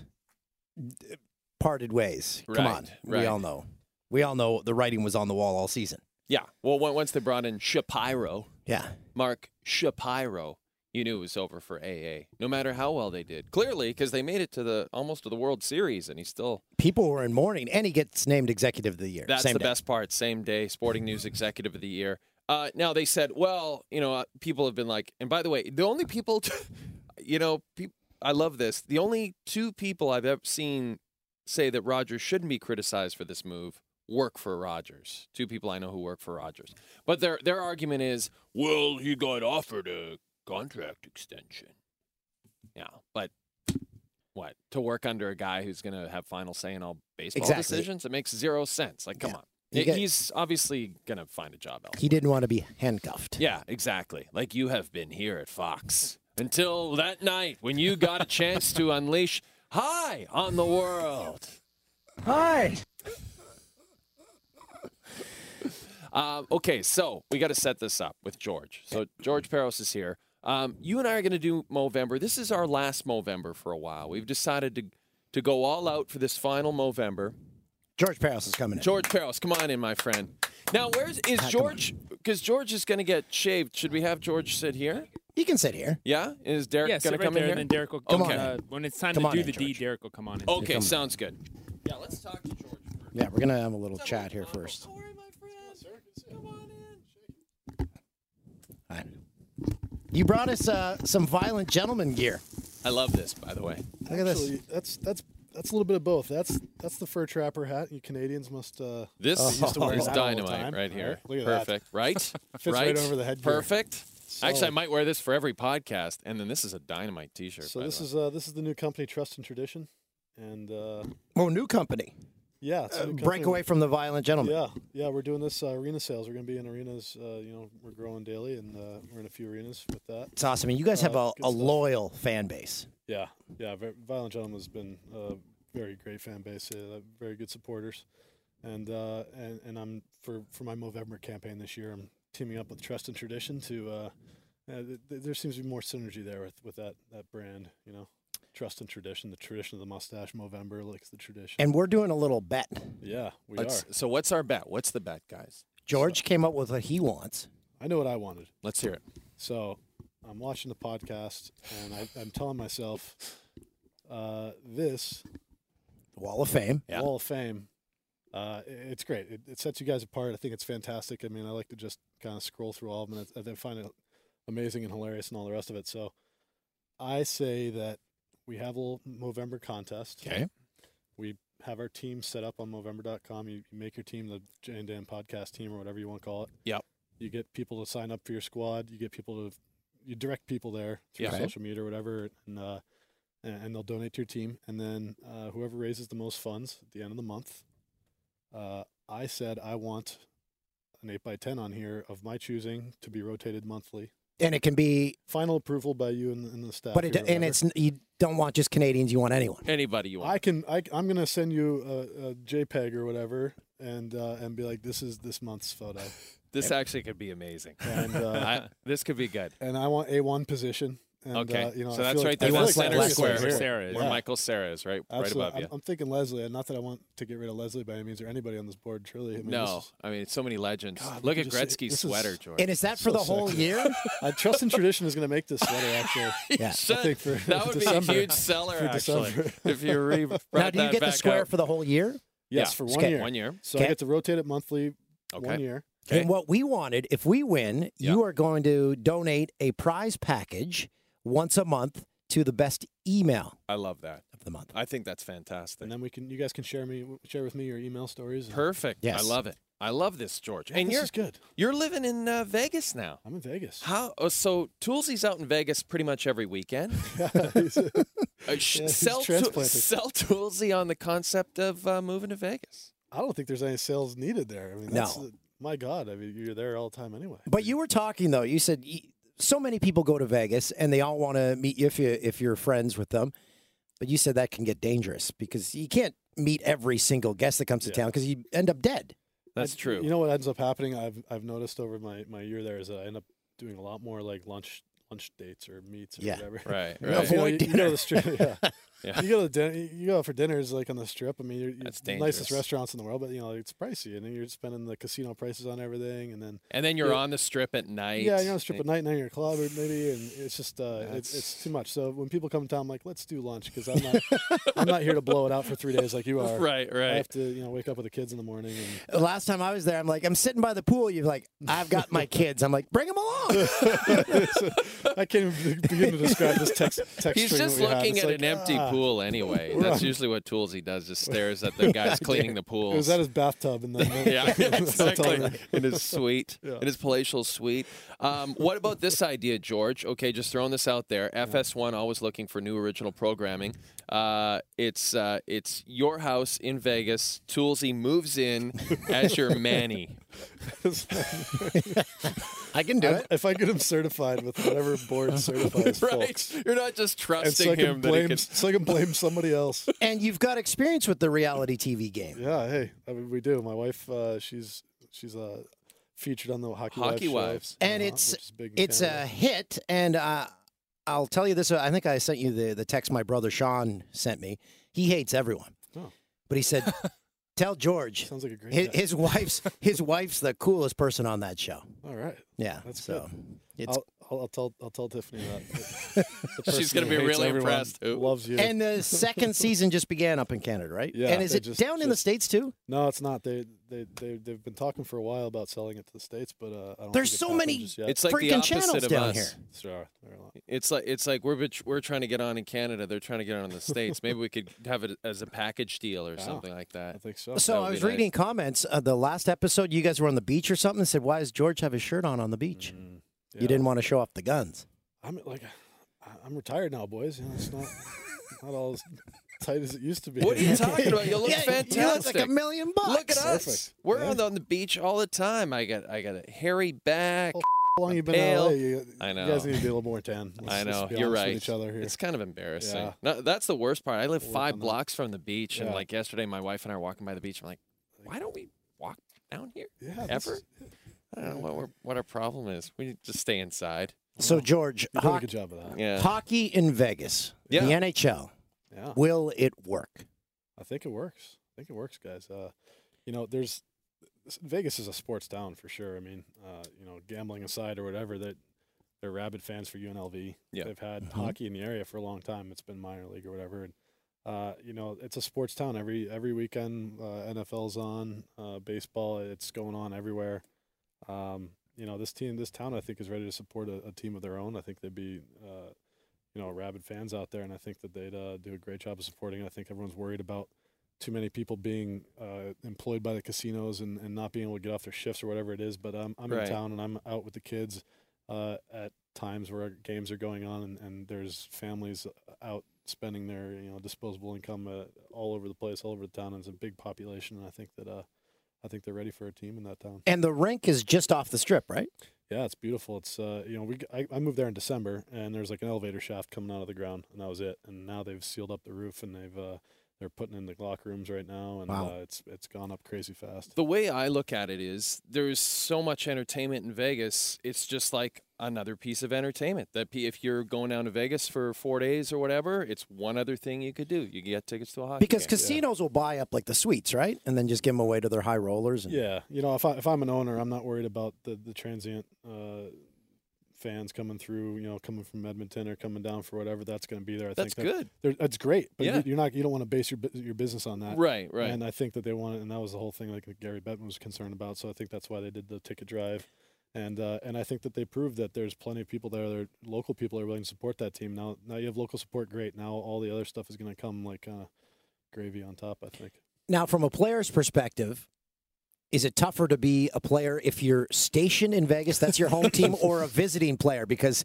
Speaker 4: d- parted ways. Come
Speaker 3: Right,
Speaker 4: on,
Speaker 3: right.
Speaker 4: we all know. We all know the writing was on the wall all season.
Speaker 3: yeah. Well, on- once they brought in Shapiro,
Speaker 4: Yeah.
Speaker 3: Mark Shapiro, you knew it was over for AA. No matter how well they did, clearly because they made it to the almost to the World Series, and he still
Speaker 4: People were in mourning, and he gets named executive of the year.
Speaker 3: That's
Speaker 4: same
Speaker 3: the
Speaker 4: day.
Speaker 3: best part. Same day, Sporting News Executive of the Year. Uh, now they said, well, you know, uh, people have been like, and by the way, the only people, t- you know, peop I love this. The only two people I've ever seen say that Rogers shouldn't be criticized for this move work for Rogers. Two people I know who work for Rogers, but their their argument is, well, he got offered a contract extension. Yeah, but what to work under a guy who's going to have final say in all baseball
Speaker 4: Exactly.
Speaker 3: decisions? It makes zero sense. Like, come on,
Speaker 4: You
Speaker 3: He-
Speaker 4: get-
Speaker 3: he's obviously going to find a job elsewhere.
Speaker 4: He didn't want to be handcuffed.
Speaker 3: Yeah, exactly. Like you have been here at Fox until that night when you got a chance to unleash high on the world.
Speaker 5: Hi.
Speaker 3: Um, okay, so we got to set this up with George. So George Peros is here. Um, you and I are going to do Movember. This is our last Movember for a while. We've decided to to go all out for this final Movember.
Speaker 4: George Peros is coming in.
Speaker 3: George Peros, come on in, my friend. Now, where's is George? Because George is going to get shaved. Should we have George sit here?
Speaker 4: He can sit here.
Speaker 3: Yeah, is Derek
Speaker 13: yeah,
Speaker 3: going
Speaker 13: sit
Speaker 3: to
Speaker 13: right
Speaker 3: come
Speaker 13: there,
Speaker 3: in here?
Speaker 13: and then Derek will
Speaker 3: okay.
Speaker 13: Uh, when it's time
Speaker 4: Come
Speaker 13: to
Speaker 4: on
Speaker 13: do
Speaker 4: in,
Speaker 13: the D, Derek will come on in.
Speaker 3: okay, sounds good. Yeah, let's talk to George.
Speaker 4: Yeah, we're gonna have a little chat here first. All right. You brought us uh, some violent gentleman gear.
Speaker 3: I love this, by the way.
Speaker 4: Look at this.
Speaker 12: Actually, That's that's that's a little bit of both. That's that's the fur trapper hat. You Canadians must. Uh,
Speaker 3: This
Speaker 12: used to wear
Speaker 3: is
Speaker 12: that all the
Speaker 3: dynamite
Speaker 12: time.
Speaker 3: right here.
Speaker 12: All right, look at that.
Speaker 3: Perfect, right?
Speaker 12: Fits right over the headgear.
Speaker 3: Perfect. Actually, I
Speaker 12: Solid.
Speaker 3: might wear this for every podcast, and then this is a dynamite T-shirt.
Speaker 12: So
Speaker 3: by the
Speaker 12: this
Speaker 3: way.
Speaker 12: is uh, this is the new company Trust and Tradition. and uh,
Speaker 4: Oh, new company.
Speaker 12: yeah, it's a
Speaker 4: Uh,
Speaker 12: new
Speaker 4: break
Speaker 12: company.
Speaker 4: away from the violent gentleman.
Speaker 12: Yeah, yeah, we're doing this uh, arena sales. We're going to be in arenas. Uh, you know, we're growing daily, and uh, we're in a few arenas with that.
Speaker 4: It's awesome. And you guys have
Speaker 12: Uh,
Speaker 4: a,
Speaker 12: good
Speaker 4: a
Speaker 12: stuff.
Speaker 4: loyal fan base.
Speaker 12: Yeah, yeah. Ve- Violent Gentleman has been a very great fan base, uh, very good supporters, and uh, and and I'm for for my Movember campaign this year. I'm teaming up with Trust and Tradition to. Uh, uh, th- th- there seems to be more synergy there with, with that that brand. You know, Trust and Tradition, the tradition of the mustache. Movember likes the tradition.
Speaker 4: And we're doing a little bet.
Speaker 12: yeah, we
Speaker 3: Let's-
Speaker 12: are.
Speaker 3: So what's our bet? What's the bet, guys?
Speaker 4: George came up with what he wants.
Speaker 12: I know what I wanted.
Speaker 3: Let's hear it.
Speaker 12: So I'm watching the podcast and I, I'm telling myself, uh, this
Speaker 4: Wall of Fame.
Speaker 12: Wall of Fame. Uh, i- it's great. It, it sets you guys apart. I think it's fantastic. I mean, I like to just kind of scroll through all of them. And I, I find it amazing and hilarious and all the rest of it. So I say that we have a little Movember contest.
Speaker 3: Okay.
Speaker 12: We have our team set up on Movember.com. You, you make your team the Jay and Dan podcast team or whatever you want to call it.
Speaker 3: Yep.
Speaker 12: You get people to sign up for your squad. You get people to, you direct people there through
Speaker 3: Yeah. Okay.
Speaker 12: social media or whatever, and uh, a- and they'll donate to your team. And then uh, whoever raises the most funds at the end of the month, uh, I said I want an eight by ten on here of my choosing to be rotated monthly.
Speaker 4: And it can be,
Speaker 12: Final approval by you and, and the staff.
Speaker 4: but it,
Speaker 12: here or
Speaker 4: and
Speaker 12: whatever.
Speaker 4: it's you don't want just Canadians. You want anyone.
Speaker 3: Anybody you want.
Speaker 12: I can. I, I'm gonna send you a, a JPEG or whatever, and uh, and be like, this is this month's photo,
Speaker 3: This actually could be amazing.
Speaker 12: And, uh,
Speaker 3: I- this could be good.
Speaker 12: and I want a one position. And,
Speaker 3: okay.
Speaker 12: uh, you know,
Speaker 3: so
Speaker 12: I
Speaker 3: that's
Speaker 12: feel
Speaker 3: right
Speaker 12: like-
Speaker 3: there.
Speaker 12: I feel
Speaker 3: That's
Speaker 12: like
Speaker 3: center
Speaker 12: Leslie
Speaker 3: square
Speaker 12: here.
Speaker 3: where
Speaker 12: Yeah.
Speaker 3: Michael Sarah is, right?
Speaker 12: Absolutely.
Speaker 3: Right above
Speaker 12: I'm,
Speaker 3: you.
Speaker 12: I'm thinking Leslie, and not that I want to get rid of Leslie by any means or anybody on this board. Truly, I mean, this
Speaker 3: no,
Speaker 12: is-
Speaker 3: I mean, it's so many legends.
Speaker 12: God,
Speaker 3: Look
Speaker 12: you
Speaker 3: at
Speaker 12: just say-
Speaker 3: Gretzky's
Speaker 12: this
Speaker 3: sweater, George.
Speaker 12: so sexy. uh, Trust and Tradition is going to make this sweater actually.
Speaker 3: Yeah.
Speaker 12: I
Speaker 3: should.
Speaker 12: think for
Speaker 3: That would be a
Speaker 12: December-
Speaker 3: huge seller,
Speaker 12: for
Speaker 3: actually,
Speaker 12: December.
Speaker 3: if you re- brought
Speaker 4: Now, do you
Speaker 3: that
Speaker 4: get the
Speaker 3: back
Speaker 4: square
Speaker 3: up.
Speaker 4: for the whole year?
Speaker 12: Yes,
Speaker 3: Yeah.
Speaker 12: for one
Speaker 4: Okay.
Speaker 12: year.
Speaker 3: One year.
Speaker 12: So I
Speaker 4: Okay.
Speaker 12: get to rotate it monthly. One
Speaker 4: Okay.
Speaker 12: year.
Speaker 4: And what we wanted, if we win, you are going to donate a prize package once a month to the best email.
Speaker 3: I love that.
Speaker 4: Of the month.
Speaker 3: I think that's fantastic.
Speaker 12: And then we can, you guys can share me, share with me your email stories. and-
Speaker 3: Perfect.
Speaker 12: Yes.
Speaker 3: I love it. I love this, George.
Speaker 12: Yeah,
Speaker 3: and
Speaker 12: Oh, this
Speaker 3: you're
Speaker 12: is good.
Speaker 3: You're living in uh, Vegas now.
Speaker 12: I'm in Vegas.
Speaker 3: How? Oh, so Toolsy's out in Vegas pretty much every weekend. Uh, sh-
Speaker 12: Yeah, he's
Speaker 3: sell, to-
Speaker 12: transplanted.
Speaker 3: sell Toolsy on the concept of uh, moving to Vegas.
Speaker 12: I don't think there's any sales needed there. I mean,
Speaker 4: No.
Speaker 12: that's the- my God, I mean, you're there all the time anyway.
Speaker 4: But you were talking though. You said y- so many people go to Vegas and they all want to meet you if you if you're friends with them. But you said that can get dangerous because you can't meet every single guest that comes to town because you end up dead.
Speaker 3: That's
Speaker 12: I-
Speaker 3: true.
Speaker 12: You know what ends up happening? I've I've noticed over my, my year there is that I end up doing a lot more like lunch lunch dates or meets or
Speaker 4: Yeah.
Speaker 12: whatever.
Speaker 3: Right,
Speaker 12: You know,
Speaker 3: right.
Speaker 12: you, know,
Speaker 3: Avoid
Speaker 12: you- you go to the
Speaker 3: dinner.
Speaker 12: strip. Yeah.
Speaker 3: Yeah.
Speaker 12: You go to dinner. You go out for dinners like on the strip. I mean, you're, you're
Speaker 3: That's
Speaker 12: the nicest
Speaker 3: dangerous.
Speaker 12: restaurants in the world, but you know it's pricey, and then you're spending the casino prices on everything, and then
Speaker 3: And then you're
Speaker 12: Yeah.
Speaker 3: on the strip at night.
Speaker 12: yeah, you're on a strip at
Speaker 3: and-
Speaker 12: night, now you're in a club or maybe, and it's just uh, it's, it's too much. So when people come to town, I'm like, let's do lunch because I'm not I'm not here to blow it out for three days like you are.
Speaker 3: Right,
Speaker 12: I
Speaker 3: right.
Speaker 12: have to you know wake up with the kids in the morning. And
Speaker 4: The Last time I was there, I'm like, I'm sitting by the pool. You're like, I've got my kids. I'm like, bring them along.
Speaker 12: I can't even begin to describe this text text.
Speaker 3: He's
Speaker 12: string
Speaker 3: just
Speaker 12: that we had.
Speaker 3: looking
Speaker 12: It's
Speaker 3: at
Speaker 12: like,
Speaker 3: an empty
Speaker 12: ah.
Speaker 3: pool anyway.
Speaker 12: We're
Speaker 3: That's
Speaker 12: on-
Speaker 3: usually what Toolsy does, just stares at the guys cleaning the pool.
Speaker 12: It was at his bathtub and then
Speaker 3: yeah, exactly. In his suite,
Speaker 12: sweet. Yeah.
Speaker 3: in his palatial suite. Um, what about this idea, George? Okay, just throwing this out there. FS1 always looking for new original programming. Uh, it's uh, it's your house in Vegas. Toolsy moves in as your Manny.
Speaker 4: I can do
Speaker 12: I-
Speaker 4: it.
Speaker 12: If I get him certified with whatever board certifies folks.
Speaker 3: You're not just
Speaker 12: And so
Speaker 3: trusting
Speaker 12: I can
Speaker 3: him that
Speaker 12: blame,
Speaker 3: he can.
Speaker 12: so I can blame somebody else.
Speaker 4: And you've got experience with the reality TV game.
Speaker 12: Yeah, hey, I mean, we do. My wife, uh, she's she's uh, featured on the Hockey,
Speaker 3: Hockey
Speaker 12: Wives,
Speaker 3: Wives.
Speaker 12: show,
Speaker 4: and
Speaker 12: uh-huh,
Speaker 4: it's
Speaker 12: which is big in
Speaker 4: it's
Speaker 12: Canada.
Speaker 4: a hit. And uh, I'll tell you this: I think I sent you the the text my brother Sean sent me. He hates everyone,
Speaker 12: Oh.
Speaker 4: but he said, "Tell George,
Speaker 12: Sounds like a great
Speaker 4: his,
Speaker 12: guy.
Speaker 4: his wife's his wife's the coolest person on that show."
Speaker 12: All right.
Speaker 4: Yeah,
Speaker 12: That's
Speaker 4: so
Speaker 12: good.
Speaker 4: it's-
Speaker 12: I'll, I'll, I'll tell I'll tell Tiffany that. The
Speaker 3: She's
Speaker 12: person
Speaker 3: gonna
Speaker 12: who
Speaker 3: be
Speaker 12: hates
Speaker 3: really
Speaker 12: everyone
Speaker 3: impressed. Ooh.
Speaker 12: Loves you.
Speaker 4: And the second season just began up in Canada, right?
Speaker 12: Yeah,
Speaker 4: And is
Speaker 12: they
Speaker 4: it
Speaker 12: just-
Speaker 4: down in the
Speaker 12: just-
Speaker 4: states too?
Speaker 12: No, it's not. They they they they've been talking for a while about selling it to the states, but uh, I don't
Speaker 4: There's
Speaker 12: think it's
Speaker 4: so
Speaker 12: happened
Speaker 4: many
Speaker 12: just yet.
Speaker 3: It's like the
Speaker 4: freaking
Speaker 3: opposite
Speaker 4: channels
Speaker 3: of
Speaker 4: down
Speaker 3: us.
Speaker 4: here.
Speaker 12: Sure, there are a lot.
Speaker 3: It's like it's like we're bet- we're trying to get on in Canada. They're trying to get on in the states. Maybe we could have it as a package deal or something like that. I
Speaker 12: think so.
Speaker 4: So I was reading comments. Uh, the last episode, you guys were on the beach or something. And said, "Why does George have his shirt on on the beach?"
Speaker 12: Mm-hmm.
Speaker 4: You didn't want to show off the guns.
Speaker 12: I'm like, I- I'm retired now, boys. You know, it's not not all. tight as it used to be.
Speaker 3: What are you talking about? You look
Speaker 4: Yeah, you look like
Speaker 3: fantastic.
Speaker 4: a million bucks.
Speaker 3: Look at us.
Speaker 12: Perfect.
Speaker 3: We're
Speaker 12: Yeah.
Speaker 3: on, the, on the beach all the time. I got I got a hairy back.
Speaker 12: How long you been
Speaker 3: pale.
Speaker 12: in LA? You,
Speaker 3: I know.
Speaker 12: You guys need to be a little more tan. Let's-
Speaker 3: I
Speaker 12: let's
Speaker 3: know.
Speaker 12: be
Speaker 3: You're
Speaker 12: honest
Speaker 3: right.
Speaker 12: with each other here.
Speaker 3: It's kind of embarrassing.
Speaker 12: Yeah.
Speaker 3: No, that's the worst part. I live
Speaker 12: We'll work
Speaker 3: five
Speaker 12: on that.
Speaker 3: blocks from the beach, and
Speaker 12: Yeah.
Speaker 3: like yesterday, my wife and I were walking by the beach. I'm like, why don't we walk down here
Speaker 12: Yeah, this
Speaker 3: ever?
Speaker 12: is-
Speaker 3: I don't know what we're, what our problem is. We just stay inside.
Speaker 4: So George,
Speaker 12: You did a
Speaker 4: hoc-
Speaker 12: good job of that.
Speaker 3: Yeah.
Speaker 4: hockey in Vegas,
Speaker 3: Yeah.
Speaker 4: the NHL.
Speaker 3: Oh.
Speaker 12: Yeah.
Speaker 4: Will it work?
Speaker 12: I think it works. I think it works, guys. Uh, you know, there's Vegas is a sports town for sure. I mean, uh, you know, gambling aside or whatever, that they're rabid fans for UNLV.
Speaker 3: Yeah.
Speaker 12: They've had hockey in the area for a long time. It's been minor league or whatever. And uh, you know, it's a sports town. Every every weekend, uh, NFL's on, uh, baseball. It's going on everywhere. Um, you know, this team, this town, I think is ready to support a, a team of their own. I think they'd be, uh, you know, rabid fans out there, and I think that they'd uh, do a great job of supporting. it. I think everyone's worried about too many people being uh, employed by the casinos and, and not being able to get off their shifts or whatever it is. But um, I'm
Speaker 3: Right.
Speaker 12: in town and I'm out with the kids uh, at times where games are going on, and, and there's families out spending their you know disposable income uh, all over the place, all over the town. And it's a big population, and I think that uh, I think they're ready for a team in that town.
Speaker 4: And the rink is just off the strip, right?
Speaker 12: Yeah, it's beautiful. It's uh, you know, we g- I, I moved there in December, and there's like an elevator shaft coming out of the ground, and that was it. And now they've sealed up the roof, and they've uh, they're putting in the locker rooms right now, and
Speaker 4: Wow.
Speaker 12: uh, it's it's gone up crazy fast.
Speaker 3: The way I look at it is there's so much entertainment in Vegas. It's just like another piece of entertainment. That pe- if you're going down to Vegas for four days or whatever, it's one other thing you could do. You can get tickets to a hockey
Speaker 4: Because
Speaker 3: game.
Speaker 4: casinos will buy up like the suites, right, and then just give them away to their high rollers. And,
Speaker 12: Yeah, you know, if I if I'm an owner, I'm not worried about the the transient uh, fans coming through. You know, coming from Edmonton or coming down for whatever that's going to be there. I
Speaker 3: That's
Speaker 12: think that-
Speaker 3: good.
Speaker 12: they're- That's great, but
Speaker 3: Yeah.
Speaker 12: you, you're not you don't want to base your bu- your business on that.
Speaker 3: Right, right.
Speaker 12: And I think that they wanted, and that was the whole thing. Like that Gary Bettman was concerned about, so I think that's why they did the ticket drive. And, uh, and I think that they proved that there's plenty of people there. There, local people are willing to support that team. Now, now you have local support. Great. Now all the other stuff is going to come like uh, gravy on top. I think.
Speaker 4: Now, from a player's perspective, is it tougher to be a player if you're stationed in Vegas, that's your home team, or a visiting player? Because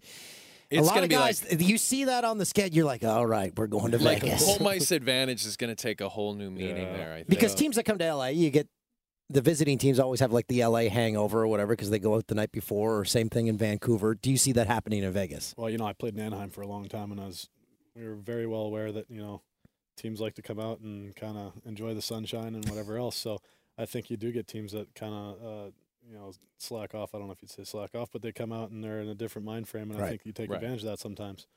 Speaker 3: It's
Speaker 4: a lot
Speaker 3: gonna
Speaker 4: of
Speaker 3: be
Speaker 4: guys, you see that on the schedule, you're like, all right, we're going to
Speaker 3: like oh
Speaker 4: Vegas.
Speaker 3: home ice advantage is going to take a whole new meaning there. I think.
Speaker 4: Because teams that come to LA, you get the visiting teams always have like the LA hangover or whatever because they go out the night before, or same thing in Vancouver. Do you see that happening in Vegas?
Speaker 12: Well, you know, I played in Anaheim for a long time, and I was we were very well aware that you know teams like to come out and kind of enjoy the sunshine and whatever else. So I think you do get teams that kind of uh, you know slack off. I don't know if you'd say slack off, but they come out and they're in a different mind frame, and
Speaker 4: Right.
Speaker 12: I think you take
Speaker 3: Right.
Speaker 12: advantage of that sometimes.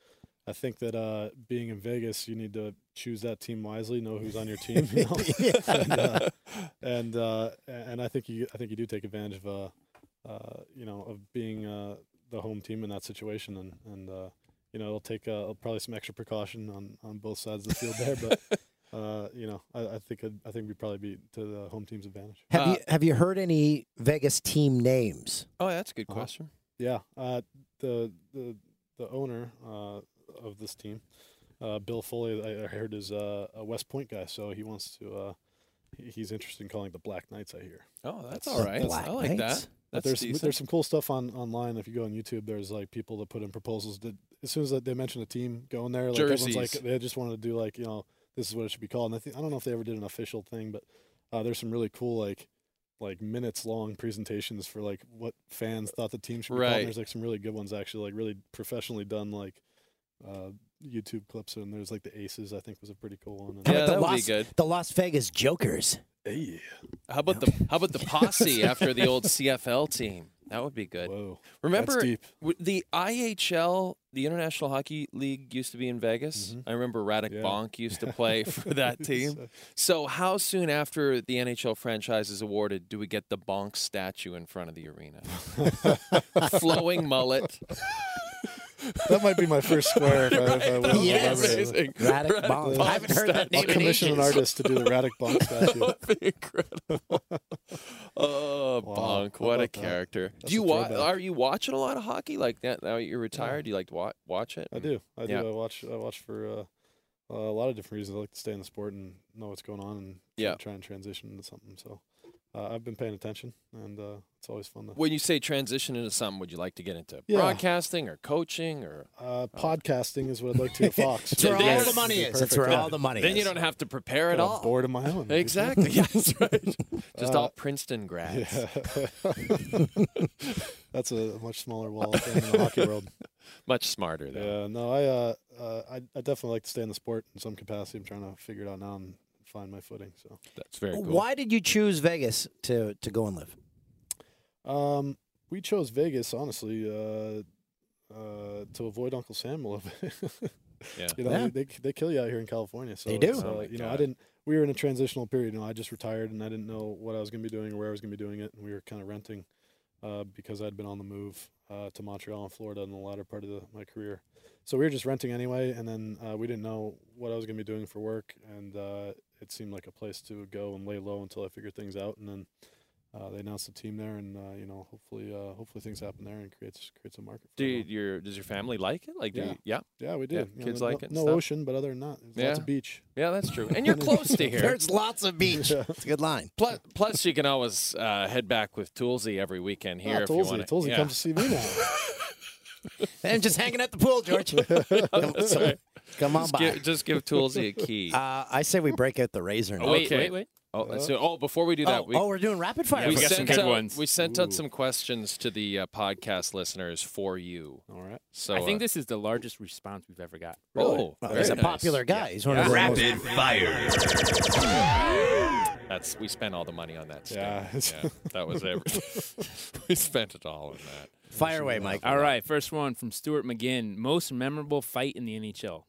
Speaker 12: I think that uh, being in Vegas, you need to choose that team wisely, know who's on your team, you know? and, uh, and, uh, and I think you I think you do take advantage of uh, uh, you know of being uh, the home team in that situation, and and uh, you know it'll take uh, probably some extra precaution on, on both sides of the field there, but. Uh, you know, I, I think I'd- I think we would probably be to the home team's advantage.
Speaker 3: Uh,
Speaker 4: Have you have you heard any Vegas team names?
Speaker 3: Oh, that's a good question.
Speaker 12: Uh-huh. Yeah, uh, the the the owner uh, of this team, uh, Bill Foley, I I heard is uh, a West Point guy, so he wants to. Uh, he- he's interested in calling it the Black Knights. I hear.
Speaker 3: Oh, that's all right. I like that.
Speaker 12: But
Speaker 3: That's
Speaker 12: there's some-
Speaker 3: decent.
Speaker 12: there's some cool stuff on online. If you go on YouTube, there's like people that put in proposals. That as soon as that they mention a team going there, like everyone's
Speaker 3: Jerseys.
Speaker 12: like they just wanted to do like you know this is what it should be called. And I think I don't know if they ever did an official thing, but uh, there's some really cool like like minutes long presentations for like what fans thought the team should be called.
Speaker 3: Right.
Speaker 12: And there's like some really good ones actually, like really professionally done like uh, YouTube clips. And there's like the Aces, I think was a pretty cool one. And-
Speaker 4: How about
Speaker 3: Yeah,
Speaker 4: the
Speaker 3: that would be
Speaker 4: Las-
Speaker 3: good.
Speaker 4: The Las Vegas Jokers.
Speaker 12: Hey.
Speaker 3: How about the How about the posse after the old CFL team? That would be good.
Speaker 12: Whoa,
Speaker 3: Remember
Speaker 12: deep.
Speaker 3: w- the IHL, the International Hockey League, used to be in Vegas.
Speaker 12: Mm-hmm.
Speaker 3: I remember Radek Bonk used to play for that team. So, how soon after the NHL franchise is awarded do we get the Bonk statue in front of the arena? Flowing mullet.
Speaker 12: That might be my first square. if I, if I will
Speaker 3: Yes.
Speaker 12: remember it.
Speaker 3: Amazing.
Speaker 4: Radek
Speaker 3: Radek
Speaker 4: Bonk. I haven't heard that
Speaker 3: Bonk
Speaker 4: name
Speaker 12: I'll
Speaker 4: in
Speaker 12: commission an
Speaker 4: ages.
Speaker 12: artist to do the Radek Bonk statue.
Speaker 3: That'd be incredible. Oh,
Speaker 12: Wow,
Speaker 3: Bonk!
Speaker 12: how
Speaker 3: What a
Speaker 12: about that?
Speaker 3: character.
Speaker 12: That's
Speaker 3: do you
Speaker 12: a
Speaker 3: watch?
Speaker 12: throwback.
Speaker 3: Are you watching a lot of hockey like that now? that You're retired. Do you like to wa- watch it?
Speaker 12: I do. I do. I watch. I watch for uh, a lot of different reasons. I like to stay in the sport and know what's going on and try-
Speaker 3: Yeah.
Speaker 12: try and transition into something. So uh, I've been paying attention, and uh, it's always fun. To,
Speaker 3: When you say transition into something, would you like to get into
Speaker 12: Yeah.
Speaker 3: broadcasting or coaching or
Speaker 12: uh, podcasting is what I'd like to at Fox.
Speaker 3: That's where all Yes. the money
Speaker 12: It'd be
Speaker 3: is. That's
Speaker 12: perfect.
Speaker 3: where all the money Then you is. don't have to prepare at
Speaker 12: Got a
Speaker 3: all.
Speaker 12: Board of my own.
Speaker 3: Exactly. Yeah, that's right. Just all
Speaker 12: Uh,
Speaker 3: Princeton grads.
Speaker 12: yeah. That's a much smaller wallet than in the hockey world.
Speaker 3: Much smarter though.
Speaker 12: Yeah, no, I, uh, uh, I, I definitely like to stay in the sport in some capacity. I'm trying to figure it out now and find my footing. So
Speaker 3: that's very
Speaker 4: Why did you choose Vegas to, to go and live?
Speaker 12: Um, we chose Vegas, honestly, uh, uh, to avoid Uncle Sam a little bit.
Speaker 3: Yeah.
Speaker 12: you know,
Speaker 4: Yeah.
Speaker 12: They, they they kill you out here in California. So
Speaker 4: They do.
Speaker 12: it's,
Speaker 4: Oh
Speaker 12: uh,
Speaker 4: my
Speaker 12: you know, I
Speaker 4: God.
Speaker 12: didn't. We were in a transitional period. You know, I just retired and I didn't know what I was going to be doing or where I was going to be doing it, and we were kind of renting uh, because I'd been on the move uh, to Montreal and Florida in the latter part of the, my career. So we were just renting anyway, and then uh, we didn't know what I was going to be doing for work, and uh, it seemed like a place to go and lay low until I figured things out, and then. Uh, they announced the team there, and uh, you know, hopefully, uh, hopefully things happen there and creates creates a market.
Speaker 3: Do you, your does your family like it? Like, do
Speaker 12: Yeah.
Speaker 3: you, yeah,
Speaker 12: Yeah, we do. You know,
Speaker 3: kids
Speaker 12: no-
Speaker 3: like it. and
Speaker 12: No
Speaker 3: stuff?
Speaker 12: ocean, but other than that, there's lots of beach.
Speaker 3: Yeah, that's true. And you're close to here.
Speaker 4: There's lots of beach. It's a good line.
Speaker 3: Plus, plus you can always uh, head back with Toolsy every weekend here
Speaker 12: Ah,
Speaker 3: if you
Speaker 12: Tulsi,
Speaker 3: want to.
Speaker 12: Tulsi comes to see me now.
Speaker 4: I'm just hanging at the pool, George.
Speaker 3: That's right.
Speaker 4: Come on
Speaker 3: Just
Speaker 4: by.
Speaker 3: give- just give Toolsy a key.
Speaker 4: Uh, I say we break out the razor. Now.
Speaker 3: Oh, wait, wait, wait. Oh, and so, oh, before we do that,
Speaker 4: Oh, oh, we're doing rapid fire.
Speaker 3: We
Speaker 4: first.
Speaker 3: sent out, We sent out some questions to the uh, podcast listeners for you.
Speaker 12: All right.
Speaker 3: So
Speaker 19: I
Speaker 3: uh,
Speaker 19: think this is the largest response we've ever got.
Speaker 3: Oh,
Speaker 4: Well,
Speaker 3: very
Speaker 4: he's a
Speaker 3: nice.
Speaker 4: popular guy. He's one of the most- Rapid
Speaker 19: fire.
Speaker 3: That's we spent all the money on that.
Speaker 19: Yeah.
Speaker 3: Stick. Yeah, that was everything. we spent it all on that.
Speaker 19: All right, first one from Stuart McGinn. Most memorable fight in the NHL.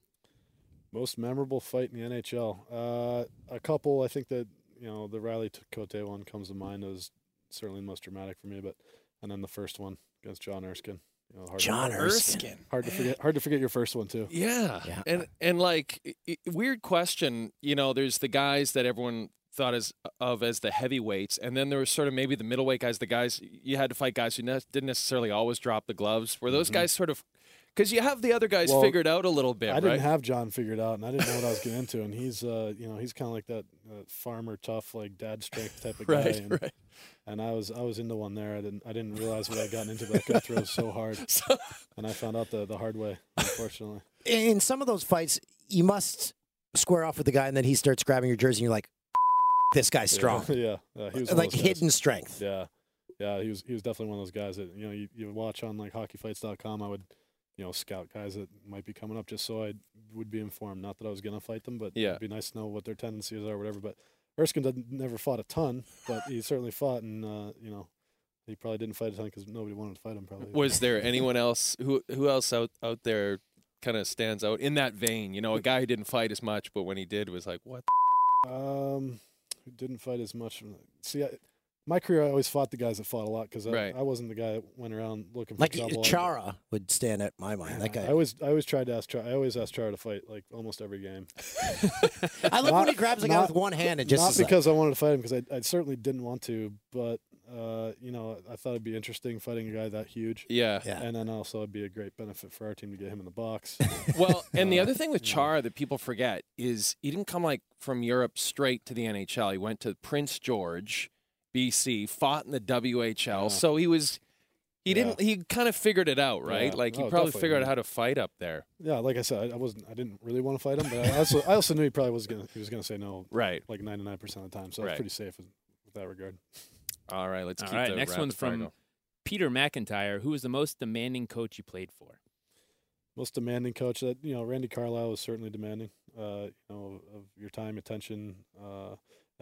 Speaker 12: Most memorable fight in the NHL. Uh, a couple, I think that you know the Riley T- Cote one comes to mind as certainly the most dramatic for me, but and then the first one against John Erskine. You know, hard
Speaker 3: John
Speaker 12: to,
Speaker 3: Erskine.
Speaker 12: Hard to forget. Hard to forget your first one too.
Speaker 3: Yeah. And and like i- i- weird question, you know, there's the guys that everyone thought as uh, of as the heavyweights and then there was sort of maybe the middleweight guys, the guys you had to fight guys who ne- didn't necessarily always drop the gloves. Were those
Speaker 12: Mhm.
Speaker 3: guys sort of cuz you have the other guys
Speaker 12: Well,
Speaker 3: figured out a little bit,
Speaker 12: I
Speaker 3: right?
Speaker 12: didn't have John figured out, and I didn't know what I was getting into. And he's, uh, you know, he's kind of like that uh, farmer, tough, like dad strength type of
Speaker 3: Right,
Speaker 12: guy. And,
Speaker 3: right.
Speaker 12: and I was, I was into one there. I didn't, I didn't realize what I would gotten into, but I could throw so hard, and I found out the the hard way, unfortunately.
Speaker 4: in some of those fights, you must square off with the guy, and then he starts grabbing your jersey, and you're like, "This guy's strong."
Speaker 12: Yeah, yeah, yeah, he was one of
Speaker 4: like
Speaker 12: those guys.
Speaker 4: hidden strength.
Speaker 12: Yeah, yeah, he was he was definitely one of those guys that you know you, you watch on like hockeyfights.com. I would, you know, scout guys that might be coming up just so I would be informed. Not that I was gonna fight them, but
Speaker 3: Yeah.
Speaker 12: it'd be nice to know what their tendencies are, or whatever. But Erskine did never fought a ton, but he certainly fought, and uh, you know, he probably didn't fight a ton because nobody wanted to fight him. Probably
Speaker 3: Was there anyone else who who else out out there kind of stands out in that vein? You know, a guy who didn't fight as much, but when he did, was like, what?
Speaker 12: Um, who didn't fight as much. uh, See, I, my career, I always fought the guys that fought a lot because I,
Speaker 4: Right.
Speaker 12: I wasn't the guy that went around looking for
Speaker 4: Like uh,
Speaker 12: trouble.
Speaker 4: Chara would stand out in my mind. That
Speaker 12: I
Speaker 4: guy.
Speaker 12: always, I always tried to ask. Char- I always asked Char to fight like almost every game.
Speaker 4: I like when he grabs a guy with one hand and just
Speaker 12: not
Speaker 4: is like-
Speaker 12: because I wanted to fight him because I, I certainly didn't want to, but uh, you know, I thought it'd be interesting fighting a guy that huge.
Speaker 3: Yeah. Yeah.
Speaker 12: And then also it'd be a great benefit for our team to get him in the box.
Speaker 3: Well, and
Speaker 12: Oh,
Speaker 3: the other thing with Chara that people forget is he didn't come like from Europe straight to the NHL. He went to Prince George, BC, fought in the WHL. So he was he didn't he kind of figured it out, right?
Speaker 12: Yeah.
Speaker 3: Like he
Speaker 12: Oh,
Speaker 3: probably
Speaker 12: definitely,
Speaker 3: figured out
Speaker 12: man.
Speaker 3: how to fight up there.
Speaker 12: Yeah, like I said, I, I wasn't. I didn't really want to fight him, but I also, I also knew he probably was gonna. He was gonna say no.
Speaker 3: Right.
Speaker 12: Like ninety nine percent of the time, so I
Speaker 3: Right.
Speaker 12: was pretty safe with, with that regard.
Speaker 3: All right, let's
Speaker 19: All
Speaker 3: keep
Speaker 19: right,
Speaker 3: the
Speaker 19: next
Speaker 3: rapid
Speaker 19: one's
Speaker 3: fire
Speaker 19: from
Speaker 3: going.
Speaker 19: Peter McIntyre. Who was the most demanding coach you played for?
Speaker 12: Most demanding coach that you know, Randy Carlisle was certainly demanding. Uh, you know, of your time, attention, uh,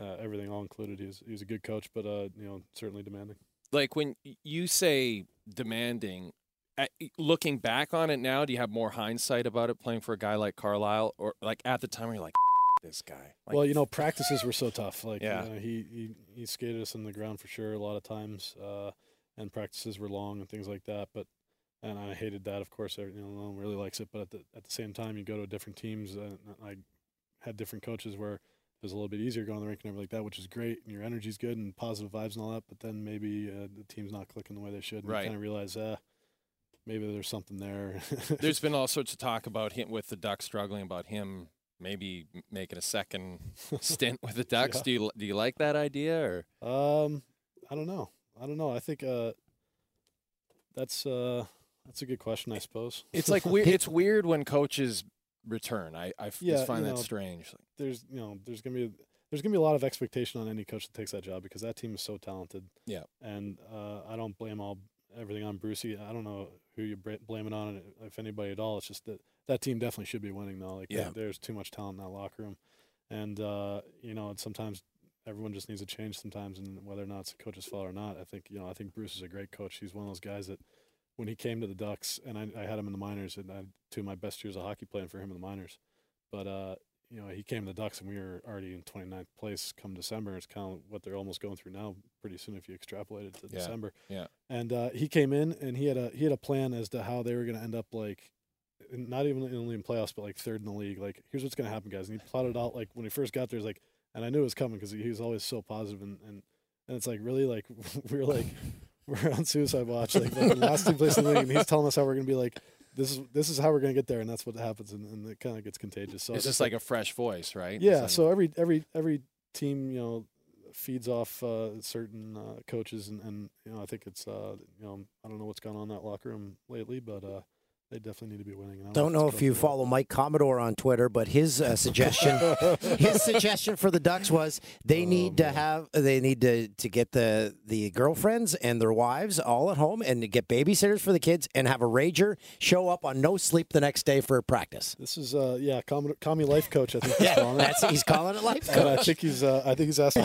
Speaker 12: uh, everything all included. He was he was a good coach, but uh, you know, certainly demanding.
Speaker 3: Like when y- you say demanding, at, looking back on it now, do you have more hindsight about it playing for a guy like Carlisle or like at the time where you're like this guy? Like,
Speaker 12: well, you know, practices were so tough. Like,
Speaker 3: Yeah.
Speaker 12: you know, he, he he skated us on the ground for sure a lot of times, uh, and practices were long and things like that. But and I hated that, of course. every- You know, no one really likes it. But at the at the same time, you go to different teams. uh, And I had different coaches where it was a little bit easier going to the rink and everything like that, which is great. And your energy's good and positive vibes and all that. But then maybe uh, the team's not clicking the way they should. And
Speaker 3: Right.
Speaker 12: You kind of realize, uh, maybe there's something there.
Speaker 3: There's been all sorts of talk about him with the Ducks struggling about him maybe m- making a second stint with the Ducks. Do you do you like that idea or
Speaker 12: Um, I don't know. I don't know. I think uh, that's uh, that's a good question, I suppose.
Speaker 3: it's like weird? It's weird when coaches return. I I f-
Speaker 12: Yeah,
Speaker 3: just find
Speaker 12: you
Speaker 3: that
Speaker 12: know,
Speaker 3: strange.
Speaker 12: There's you know there's gonna be there's gonna be a lot of expectation on any coach that takes that job because that team is so talented.
Speaker 3: Yeah.
Speaker 12: And uh, I don't blame all everything on Brucey. I don't know who you bra- blame it on, if anybody at all. It's just that that team definitely should be winning though. Like
Speaker 3: Yeah.
Speaker 12: there's too much talent in that locker room, and uh, you know and sometimes everyone just needs a change sometimes, and whether or not it's a coach's fault or not, I think you know I think Bruce is a great coach. He's one of those guys that when he came to the Ducks, and I, I had him in the minors, and I, two of my best years of hockey playing for him in the minors. But uh, you know, he came to the Ducks, and we were already in 29th place come December. It's kind of what they're almost going through now. Pretty soon, if you extrapolate it to
Speaker 3: Yeah,
Speaker 12: December.
Speaker 3: yeah.
Speaker 12: And uh, he came in, and he had a he had a plan as to how they were going to end up like. in- Not even only in playoffs, but like third in the league. Like, here's what's going to happen, guys. And he plotted out like when he first got there, he's like, and I knew it was coming because he, he was always so positive, and and and it's like really like we were like we're on suicide watch, like fucking last two places in the league, and he's telling us how we're gonna be like this is this is how we're gonna get there, and that's what happens, and, and it kind of gets contagious. So
Speaker 3: It's
Speaker 12: I
Speaker 3: just
Speaker 12: think-
Speaker 3: like a fresh voice, right?
Speaker 12: yeah.
Speaker 3: It's
Speaker 12: So every every every team, you know, feeds off uh, certain uh, coaches, and, and you know, I think it's uh, you know, I don't know what's gone on in that locker room lately, but uh, they definitely need to be winning. and I
Speaker 4: Don't know if you follow Mike Commodore on Twitter, but his uh, suggestion, his suggestion for the Ducks was
Speaker 12: Oh,
Speaker 4: they need to have they need to to get the the girlfriends and their wives all at home and to get babysitters for the kids and have a rager show up on no sleep the next day for practice.
Speaker 12: This is uh yeah, commie, commie life coach. I think he's
Speaker 4: Yeah,
Speaker 12: calling it.
Speaker 4: that's- he's calling it life
Speaker 12: And I
Speaker 4: coach.
Speaker 12: think he's uh, I think he's asking.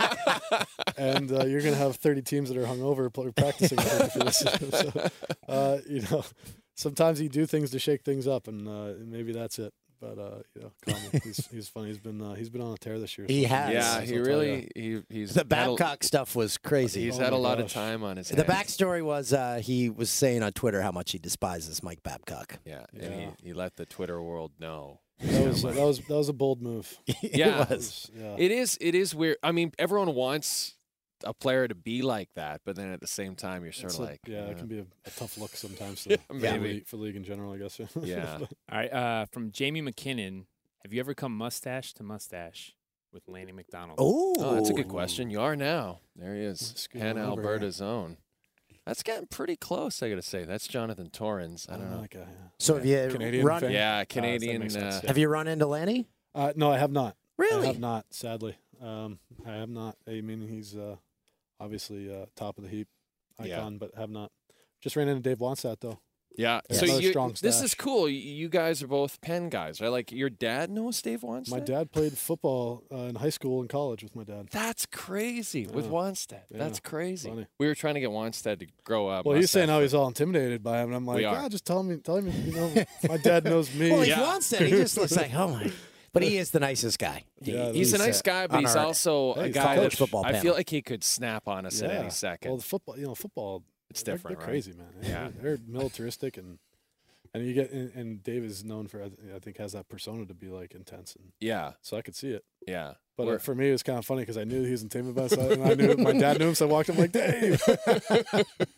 Speaker 12: and uh, you're gonna have 30 teams that are hungover pl- practicing. I think, if you listen. so, uh, you know, sometimes you do things to shake things up, and uh, maybe that's it. But uh, you know, commie, he's he's funny. He's been uh, he's been on a tear this year.
Speaker 4: He has.
Speaker 3: Yeah, he really he, he's
Speaker 4: The
Speaker 3: had a-
Speaker 4: Babcock stuff was crazy.
Speaker 3: He's had a lot of time on his.
Speaker 4: The
Speaker 3: hands.
Speaker 4: backstory was uh, he was saying on Twitter how much he despises Mike Babcock.
Speaker 3: Yeah, and he, he let the Twitter world know.
Speaker 12: That was, that was that was a bold move.
Speaker 3: yeah.
Speaker 12: yeah.
Speaker 3: It is it is weird. I mean, everyone wants a player to be like that, but then at the same time you're sort
Speaker 12: It's
Speaker 3: of
Speaker 12: a-
Speaker 3: like
Speaker 12: yeah, it
Speaker 3: uh,
Speaker 12: can be a, a tough look sometimes.
Speaker 3: Yeah,
Speaker 12: to- for
Speaker 3: maybe.
Speaker 12: league- for league in general, I guess.
Speaker 3: Yeah.
Speaker 19: All right. Uh, from Jamie McKinnon, have you ever come mustache to mustache with Lanny McDonald?
Speaker 3: Oh, that's a good question. You are now. There he is.
Speaker 19: scoot
Speaker 3: Hannah
Speaker 19: over.
Speaker 3: Alberta's own. That's getting pretty close, I gotta say. That's Jonathan Torrens. I don't
Speaker 12: Uh,
Speaker 3: know.
Speaker 4: So have you run?
Speaker 3: Yeah, Canadian. uh,
Speaker 4: Have you run into Lanny?
Speaker 12: Uh, no, I have not.
Speaker 4: Really?
Speaker 12: I have not. Sadly, um, I have not. I mean, he's uh, obviously uh, top of the heap icon,
Speaker 3: Yeah.
Speaker 12: but have not. Just ran into Dave Wansat though.
Speaker 3: Yeah.
Speaker 12: Yeah.
Speaker 3: So
Speaker 12: Another
Speaker 3: you,
Speaker 12: strong
Speaker 3: this
Speaker 12: stash.
Speaker 3: is cool. You- You guys are both Penn guys, right? Like your dad knows Dave Wanstead.
Speaker 12: My dad played football uh, in high school and college with my dad.
Speaker 3: That's crazy with
Speaker 12: Yeah.
Speaker 3: Wanstead.
Speaker 12: Yeah.
Speaker 3: That's crazy.
Speaker 12: Funny.
Speaker 3: We were trying to get Wanstead to grow up.
Speaker 12: Well, he's saying how he's all intimidated by him, and I'm like,
Speaker 3: We are.
Speaker 12: yeah, just tell me, tell me, you know, my dad knows me.
Speaker 4: Well, he wants that. He just looks like, oh my. But he is the nicest guy.
Speaker 12: Yeah,
Speaker 3: He's, a nice
Speaker 4: uh,
Speaker 3: guy, but
Speaker 4: on
Speaker 3: he's
Speaker 4: our-
Speaker 3: also a
Speaker 4: Hey, he's
Speaker 3: guy
Speaker 4: coach
Speaker 3: that
Speaker 4: football
Speaker 3: I
Speaker 4: panel.
Speaker 3: feel like he could snap on us at
Speaker 12: Yeah.
Speaker 3: any second.
Speaker 12: Well, the football, you know, football,
Speaker 3: It's
Speaker 12: they're-
Speaker 3: different,
Speaker 12: They're
Speaker 3: right?
Speaker 12: crazy, man.
Speaker 3: Yeah.
Speaker 12: Yeah, they're, militaristic and and you get and, and Dave is known for I th- I think has that persona to be like intense and
Speaker 3: yeah,
Speaker 12: so I could see it.
Speaker 3: yeah.
Speaker 12: But
Speaker 3: We're-
Speaker 12: uh, for me, it was kind of funny because I knew he was intimidated by us, and I knew my dad knew him, so I walked up like, Dave,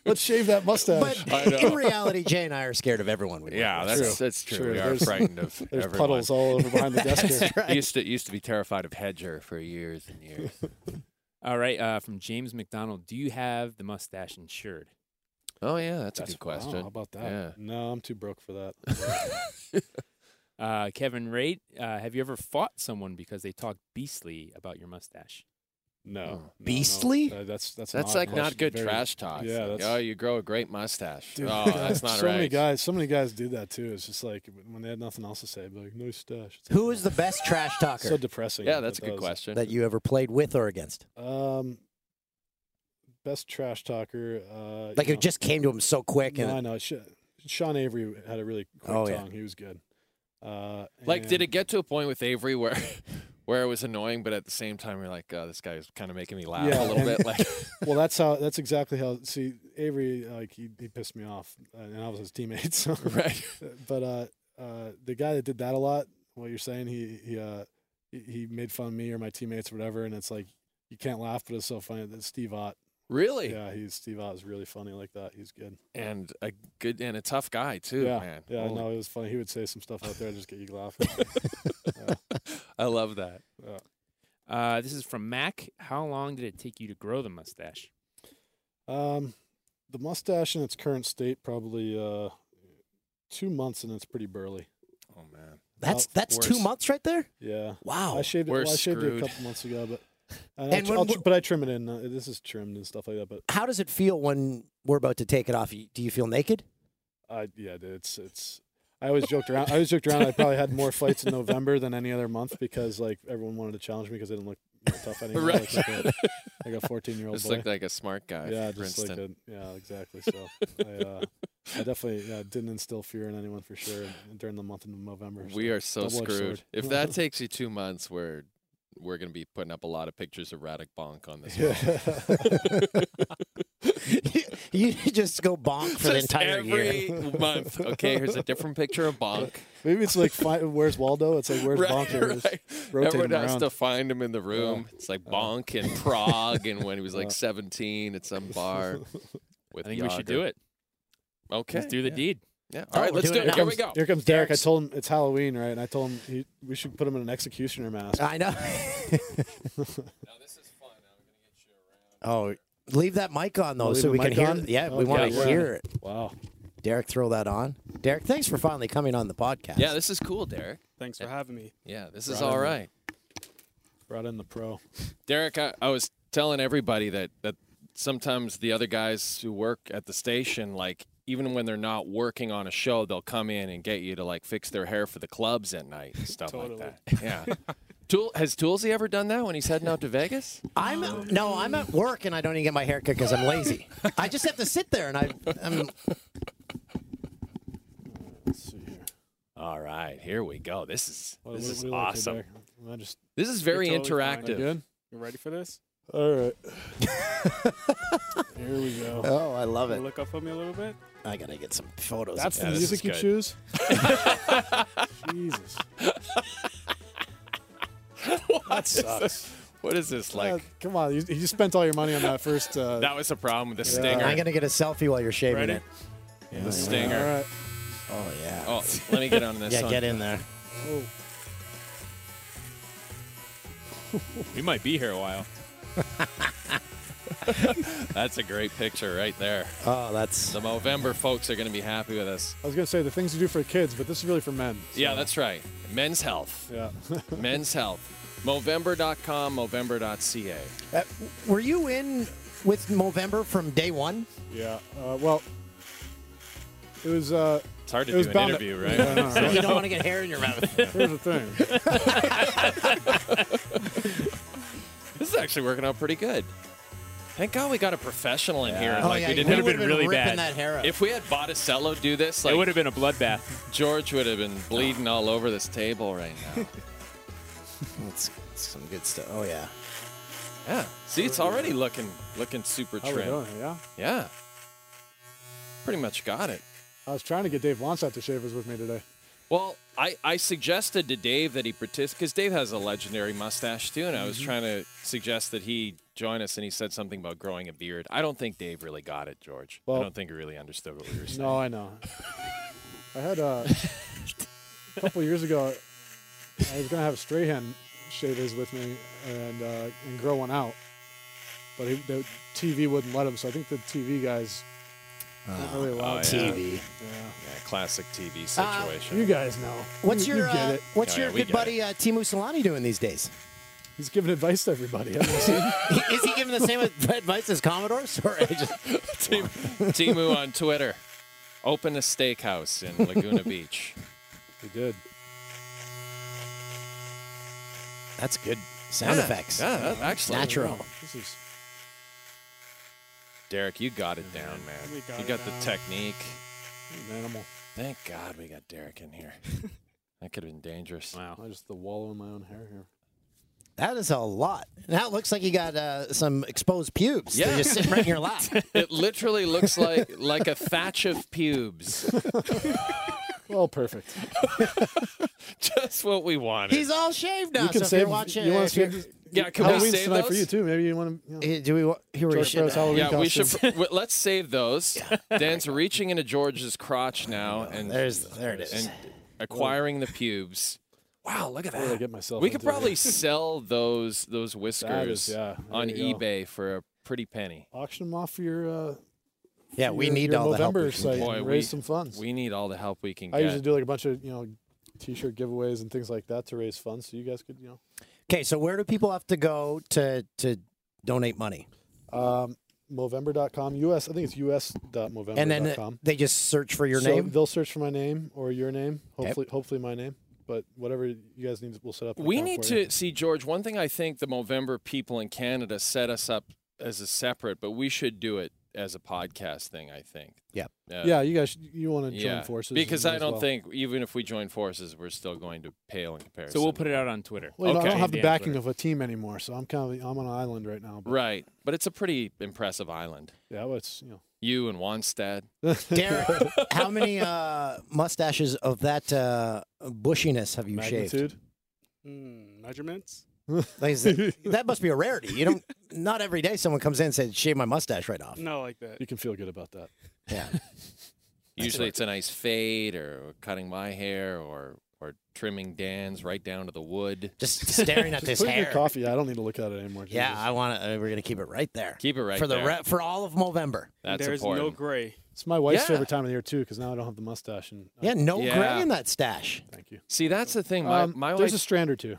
Speaker 12: let's shave that mustache.
Speaker 3: I know.
Speaker 4: In reality, Jay and I are scared of everyone we work
Speaker 3: yeah,
Speaker 4: with.
Speaker 3: that's that's true. We are
Speaker 12: There's-
Speaker 3: frightened of
Speaker 12: there's
Speaker 3: everyone.
Speaker 12: puddles all over behind the desk That's here. right.
Speaker 3: Used to used to be terrified of Hedger for years and years.
Speaker 19: All right. Uh, from James McDonald, do you have the mustache insured?
Speaker 3: Oh yeah, that's, a good
Speaker 12: wow,
Speaker 3: question.
Speaker 12: how about that?
Speaker 3: Yeah.
Speaker 12: No, I'm too broke for that.
Speaker 19: Uh, Kevin Raitt, uh, have you ever fought someone because they talked beastly about your mustache?
Speaker 3: Oh.
Speaker 12: No. no, no.
Speaker 4: Beastly?
Speaker 12: Uh, that's that's an
Speaker 3: That's
Speaker 12: odd
Speaker 3: like not
Speaker 12: question.
Speaker 3: good
Speaker 12: Very-
Speaker 3: trash talk. It's
Speaker 12: Yeah,
Speaker 3: like,
Speaker 12: that's,
Speaker 3: oh, you grow a great mustache.
Speaker 12: Dude,
Speaker 3: oh, that's not
Speaker 12: so
Speaker 3: right.
Speaker 12: many guys, so many guys do that too. It's just like when they had nothing else to say, they'd be like no stash. It's like,
Speaker 4: Who is the best trash talker?
Speaker 12: So depressing.
Speaker 3: Yeah,
Speaker 12: if
Speaker 3: that's
Speaker 12: it
Speaker 3: a good
Speaker 12: does.
Speaker 3: question.
Speaker 4: That you ever played with or against?
Speaker 12: Um, best trash talker. Uh,
Speaker 4: Like
Speaker 12: you
Speaker 4: it
Speaker 12: know,
Speaker 4: just came to him so quick.
Speaker 12: No, I
Speaker 4: And
Speaker 12: know. Sh- Sean Avery had a really quick
Speaker 4: Oh, yeah.
Speaker 12: tongue. He was good. Uh,
Speaker 3: Like, did
Speaker 12: and-
Speaker 3: it get to a point with Avery where, where it was annoying, but at the same time you're like, oh, this guy's kind of making me laugh a little
Speaker 12: and-
Speaker 3: bit. Like,
Speaker 12: well, that's how. That's exactly how. See, Avery, like he, he pissed me off, uh, and I was his teammate. So,
Speaker 3: Right.
Speaker 12: But uh, uh, the guy that did that a lot, what you're saying, he he uh, he, he made fun of me or my teammates, or whatever, and it's like you can't laugh, but it's so funny. That Steve Ott
Speaker 3: Really?
Speaker 12: Yeah, he's Steve Oz, really funny like that. He's good.
Speaker 3: and a good and a tough guy too,
Speaker 12: yeah,
Speaker 3: man.
Speaker 12: yeah.
Speaker 3: Holy-
Speaker 12: No, it was funny. He would say some stuff out there, just get you laughing.
Speaker 19: I love that.
Speaker 12: Yeah.
Speaker 19: Uh, this is from Mac. How long did it take you to grow the mustache?
Speaker 12: Um, the mustache in its current state probably uh, two months, and it's pretty burly.
Speaker 3: Oh man,
Speaker 4: That's that's two months right there.
Speaker 12: Yeah.
Speaker 4: Wow.
Speaker 12: I shaved it.
Speaker 4: We're
Speaker 12: Well, I shaved it a
Speaker 4: screwed.
Speaker 12: couple months ago, but and I
Speaker 4: And
Speaker 12: tr-
Speaker 4: when
Speaker 12: I'll tr-
Speaker 4: we're-
Speaker 12: but I trim it in. Uh, this is trimmed and stuff like that. But
Speaker 4: How does it feel when we're about to take it off? You- Do you feel naked?
Speaker 12: I yeah, dude, it's it's. I always joked around. I always joked around. I probably had more fights in November than any other month because like everyone wanted to challenge me because I didn't look you know, tough anymore.
Speaker 3: Right.
Speaker 12: Like, a- like a fourteen year old.
Speaker 3: Just looked like a smart guy,
Speaker 12: Yeah,
Speaker 3: for
Speaker 12: just like a,
Speaker 3: instance.
Speaker 12: yeah, exactly. So I, uh, I definitely uh, didn't instill fear in anyone for sure during the month of November.
Speaker 3: we are so
Speaker 12: double-edged sword.
Speaker 3: screwed. If that takes you two months, we're we're gonna be putting up a lot of pictures of Radic Bonk on this.
Speaker 4: you, you just go bonk for the
Speaker 3: Just
Speaker 4: entire
Speaker 3: every
Speaker 4: year.
Speaker 3: month. Okay, here's a different picture of Bonk.
Speaker 12: Maybe it's like find, where's Waldo? It's like where's
Speaker 3: Right,
Speaker 12: Bonker? Just
Speaker 3: right.
Speaker 12: rotate
Speaker 3: Everyone
Speaker 12: him
Speaker 3: has
Speaker 12: around.
Speaker 3: to find him in the room. It's like Bonk and Prague, and when he was like 17 at some bar. With
Speaker 19: I think we should do
Speaker 3: Yager.
Speaker 19: it.
Speaker 3: Okay,
Speaker 19: Let's do the deed.
Speaker 3: Yeah. All right, let's do it. Here we go.
Speaker 12: Here comes Derek. I told him it's Halloween, right? And I told him he, we should put him in an executioner mask.
Speaker 4: I know. oh, leave that mic on though,
Speaker 12: Leave
Speaker 4: so
Speaker 12: the
Speaker 4: we can
Speaker 12: mic
Speaker 4: hear.
Speaker 12: on?
Speaker 4: Yeah, we
Speaker 12: Okay,
Speaker 4: want to
Speaker 12: yeah.
Speaker 4: hear it.
Speaker 12: Wow.
Speaker 4: Derek, throw that on. Derek, thanks for finally coming on the podcast.
Speaker 3: Yeah, this is cool, Derek.
Speaker 5: Thanks for having me.
Speaker 3: Yeah, this is
Speaker 12: Brought
Speaker 3: all
Speaker 12: in the-
Speaker 3: right.
Speaker 12: Brought in the pro.
Speaker 3: Derek, I, I was telling everybody that that sometimes the other guys who work at the station, like even when they're not working on a show, they'll come in and get you to like fix their hair for the clubs at night and stuff
Speaker 5: Totally.
Speaker 3: like that. Yeah. Tool has Toolsy ever done that when he's heading out to Vegas?
Speaker 4: I'm no, I'm at work and I don't even get my hair cut because I'm lazy. I just have to sit there and I, I'm.
Speaker 3: All right, here we go. This is
Speaker 12: What-
Speaker 3: this
Speaker 12: what-
Speaker 3: is
Speaker 12: what do you like
Speaker 3: awesome.
Speaker 12: there, Derek? I just-
Speaker 3: This is very
Speaker 12: You're totally fine.
Speaker 3: interactive.
Speaker 12: Good?
Speaker 5: You ready for this?
Speaker 12: All right. Here we go.
Speaker 4: Oh, I love
Speaker 5: Wanna Look up for me a little bit.
Speaker 4: I gotta get some photos.
Speaker 12: That's
Speaker 4: of
Speaker 12: the
Speaker 4: this.
Speaker 12: music you choose. Jesus.
Speaker 4: Uh,
Speaker 3: That sucks. What is this like?
Speaker 12: Uh, come on, you, you spent all your money on that first. Uh,
Speaker 3: that was the problem with the
Speaker 12: Yeah.
Speaker 3: stinger.
Speaker 4: I'm gonna get a selfie while you're shaving
Speaker 12: Ready?
Speaker 4: it.
Speaker 3: the stinger.
Speaker 12: All right.
Speaker 4: Oh yeah.
Speaker 3: Oh, let me get on this.
Speaker 4: yeah,
Speaker 3: one.
Speaker 4: get in there.
Speaker 12: Oh,
Speaker 19: We might be here a while.
Speaker 3: That's a great picture right there.
Speaker 4: Oh, that's
Speaker 3: the Movember folks are going to be happy with us.
Speaker 12: I was gonna say the things you do for kids, but this is really for men.
Speaker 3: Yeah, that's right. Men's health.
Speaker 12: Yeah.
Speaker 3: Men's health. Movember.com, Movember.ca.
Speaker 4: Uh, were you in with Movember from day one?
Speaker 12: Yeah. Uh, well, it was. Uh,
Speaker 3: It's hard to
Speaker 12: it was
Speaker 3: do an
Speaker 12: bound
Speaker 3: interview, right?
Speaker 12: Yeah, I know,
Speaker 4: So
Speaker 12: right?
Speaker 4: you don't wanna get hair in your mouth.
Speaker 12: Here's the thing.
Speaker 3: This is actually working out pretty good. Thank God we got a professional in here. and,
Speaker 19: Oh,
Speaker 3: like
Speaker 19: yeah,
Speaker 3: we didn't
Speaker 19: we It would've would've been been really ripping bad.
Speaker 4: that hair up.
Speaker 3: If we had Botticello do this, like
Speaker 19: it would have been a bloodbath.
Speaker 3: George would have been bleeding all over this table right now.
Speaker 4: That's some good stuff. Oh yeah.
Speaker 3: yeah. See, it's already looking looking super
Speaker 12: How we
Speaker 3: trim.
Speaker 12: doing? Yeah.
Speaker 3: Yeah. Pretty much got it.
Speaker 12: I was trying to get Dave Wonsat to shave his with me today.
Speaker 3: Well, I, I suggested to Dave that he participate because Dave has a legendary mustache too, and I was
Speaker 12: Mhm.
Speaker 3: trying to suggest that he join us, and he said something about growing a beard. I don't think Dave really got it, George. I
Speaker 12: Well-
Speaker 3: don't think he really understood what we were saying.
Speaker 12: No, I know. I had uh, a couple years ago. I was gonna have Strahan shave his with me and uh, and grow one out, but he, the TV wouldn't let him. So I think the TV guys didn't really allow
Speaker 3: Oh,
Speaker 12: it.
Speaker 3: TV.
Speaker 12: Yeah. Ah,
Speaker 3: Yeah, classic TV
Speaker 4: Uh,
Speaker 3: situation.
Speaker 12: You guys know.
Speaker 4: What's
Speaker 12: You-
Speaker 4: your
Speaker 12: you get
Speaker 4: uh,
Speaker 12: it.
Speaker 4: What's
Speaker 3: Oh, yeah,
Speaker 4: your
Speaker 3: we
Speaker 4: good
Speaker 3: get
Speaker 4: buddy uh, Timu Solani doing these days?
Speaker 12: He's giving advice to everybody. haven't you seen?
Speaker 4: Is he giving the same advice as Commodore? Sorry, I just
Speaker 3: Tim- Timu on Twitter. Open a steakhouse in Laguna Beach.
Speaker 12: he did.
Speaker 4: that's good sound
Speaker 3: Yeah,
Speaker 4: effects.
Speaker 3: yeah, that- actually-
Speaker 4: natural.
Speaker 12: This is
Speaker 3: Derek, you got it down, man.
Speaker 12: We got
Speaker 3: you
Speaker 12: it
Speaker 3: got the
Speaker 12: down.
Speaker 3: technique.
Speaker 12: an animal.
Speaker 3: Thank God we got Derek in here. that could have been dangerous.
Speaker 19: Wow.
Speaker 12: I just the wallow in my own hair here.
Speaker 4: That is a lot. Now it looks like you got uh, some exposed pubes. They're
Speaker 3: Yeah.
Speaker 4: just sitting right in your lap.
Speaker 3: It literally looks like like a thatch of pubes.
Speaker 12: Well, perfect.
Speaker 3: Just what we wanted.
Speaker 4: He's all shaved now.
Speaker 12: You can
Speaker 4: so
Speaker 12: save.
Speaker 4: if you're watching,
Speaker 12: you want to
Speaker 4: if you're-
Speaker 12: save? this-
Speaker 3: Yeah, can we
Speaker 12: Halloween's
Speaker 3: save
Speaker 12: tonight for
Speaker 3: those?
Speaker 12: you too. Maybe you want to.
Speaker 4: Hey, do we? wa- Here we
Speaker 12: George
Speaker 4: should.
Speaker 12: Burroughs Halloween
Speaker 3: yeah, we should.
Speaker 12: costume.
Speaker 3: w- Let's save those. Dan's reaching into George's crotch now, and
Speaker 4: Oh, there's there it is.
Speaker 3: And acquiring the pubes. Wow, look at
Speaker 12: What did I
Speaker 3: that.
Speaker 12: get myself
Speaker 3: we could
Speaker 12: into here?
Speaker 3: probably sell those those whiskers
Speaker 12: yeah, there
Speaker 3: on
Speaker 12: you go.
Speaker 3: eBay for a pretty penny.
Speaker 12: auction them off for your. Uh,
Speaker 4: Yeah,
Speaker 12: for
Speaker 4: we
Speaker 12: your-
Speaker 4: need
Speaker 12: your
Speaker 4: all the help we
Speaker 12: Movember
Speaker 4: can
Speaker 12: site
Speaker 4: get.
Speaker 3: Boy,
Speaker 12: and raise
Speaker 3: we-
Speaker 12: some funds.
Speaker 3: We need all the help we can
Speaker 12: I
Speaker 3: get.
Speaker 12: usually do like a bunch of you know t-shirt giveaways and things like that to raise funds, so you guys could you know.
Speaker 4: Okay, so where do people have to go to to donate money?
Speaker 12: Um, Movember.com US. I think it's us.movember.com.
Speaker 4: And then uh, they just search for your
Speaker 12: So
Speaker 4: name.
Speaker 12: They'll search for my name or your name. Hopefully, hopefully my name. But whatever you guys need, we'll set up. an
Speaker 3: We
Speaker 12: account
Speaker 3: need
Speaker 12: for you.
Speaker 3: to see George. One thing I think the Movember people in Canada set us up as a separate, but we should do it as a podcast thing. I think.
Speaker 4: Yep.
Speaker 3: Uh,
Speaker 12: yeah, you guys, you want to
Speaker 3: yeah,
Speaker 12: join forces and
Speaker 3: because
Speaker 12: me
Speaker 3: I
Speaker 12: as
Speaker 3: don't
Speaker 12: well.
Speaker 3: think even if we join forces, we're still going to pale in comparison.
Speaker 19: So we'll put it out on Twitter.
Speaker 12: Well, you know, I don't have the
Speaker 19: Dan's
Speaker 12: backing
Speaker 19: Twitter.
Speaker 12: of a team anymore, so I'm kind of I'm on an island right now. But
Speaker 3: right, but it's a pretty impressive island.
Speaker 12: yeah, well, it's you know.
Speaker 3: You and Wanstead.
Speaker 4: Darren, how many uh, mustaches of that uh, bushiness have you shaved?
Speaker 12: Magnitude.
Speaker 5: Mm, measurements?
Speaker 4: Like, is that, that must be a rarity. You don't. Not every day someone comes in and says, "Shave my mustache right off."
Speaker 5: Not like that.
Speaker 12: You can feel good about that.
Speaker 4: Yeah.
Speaker 3: Usually it's a nice fade or cutting my hair or or trimming Dan's right down to the wood.
Speaker 4: Just staring at
Speaker 12: Just
Speaker 4: this
Speaker 12: put it in your
Speaker 4: hair.
Speaker 12: coffee. I don't need to look at it anymore.
Speaker 4: Yeah,
Speaker 12: Jesus.
Speaker 4: I want to. Uh, we're gonna keep it right there.
Speaker 3: Keep it right
Speaker 4: for the
Speaker 3: there.
Speaker 4: re- for all of Movember.
Speaker 3: That's
Speaker 5: there is no
Speaker 3: important.
Speaker 5: gray.
Speaker 12: It's my wife's
Speaker 3: Yeah.
Speaker 12: favorite time of the year too, because now I don't have the mustache. And uh, I-
Speaker 4: Yeah, no
Speaker 3: Yeah.
Speaker 4: gray in that stash.
Speaker 12: thank you.
Speaker 3: See, that's the thing. My
Speaker 12: Um,
Speaker 3: my
Speaker 12: there's
Speaker 3: wife,
Speaker 12: a strand or two.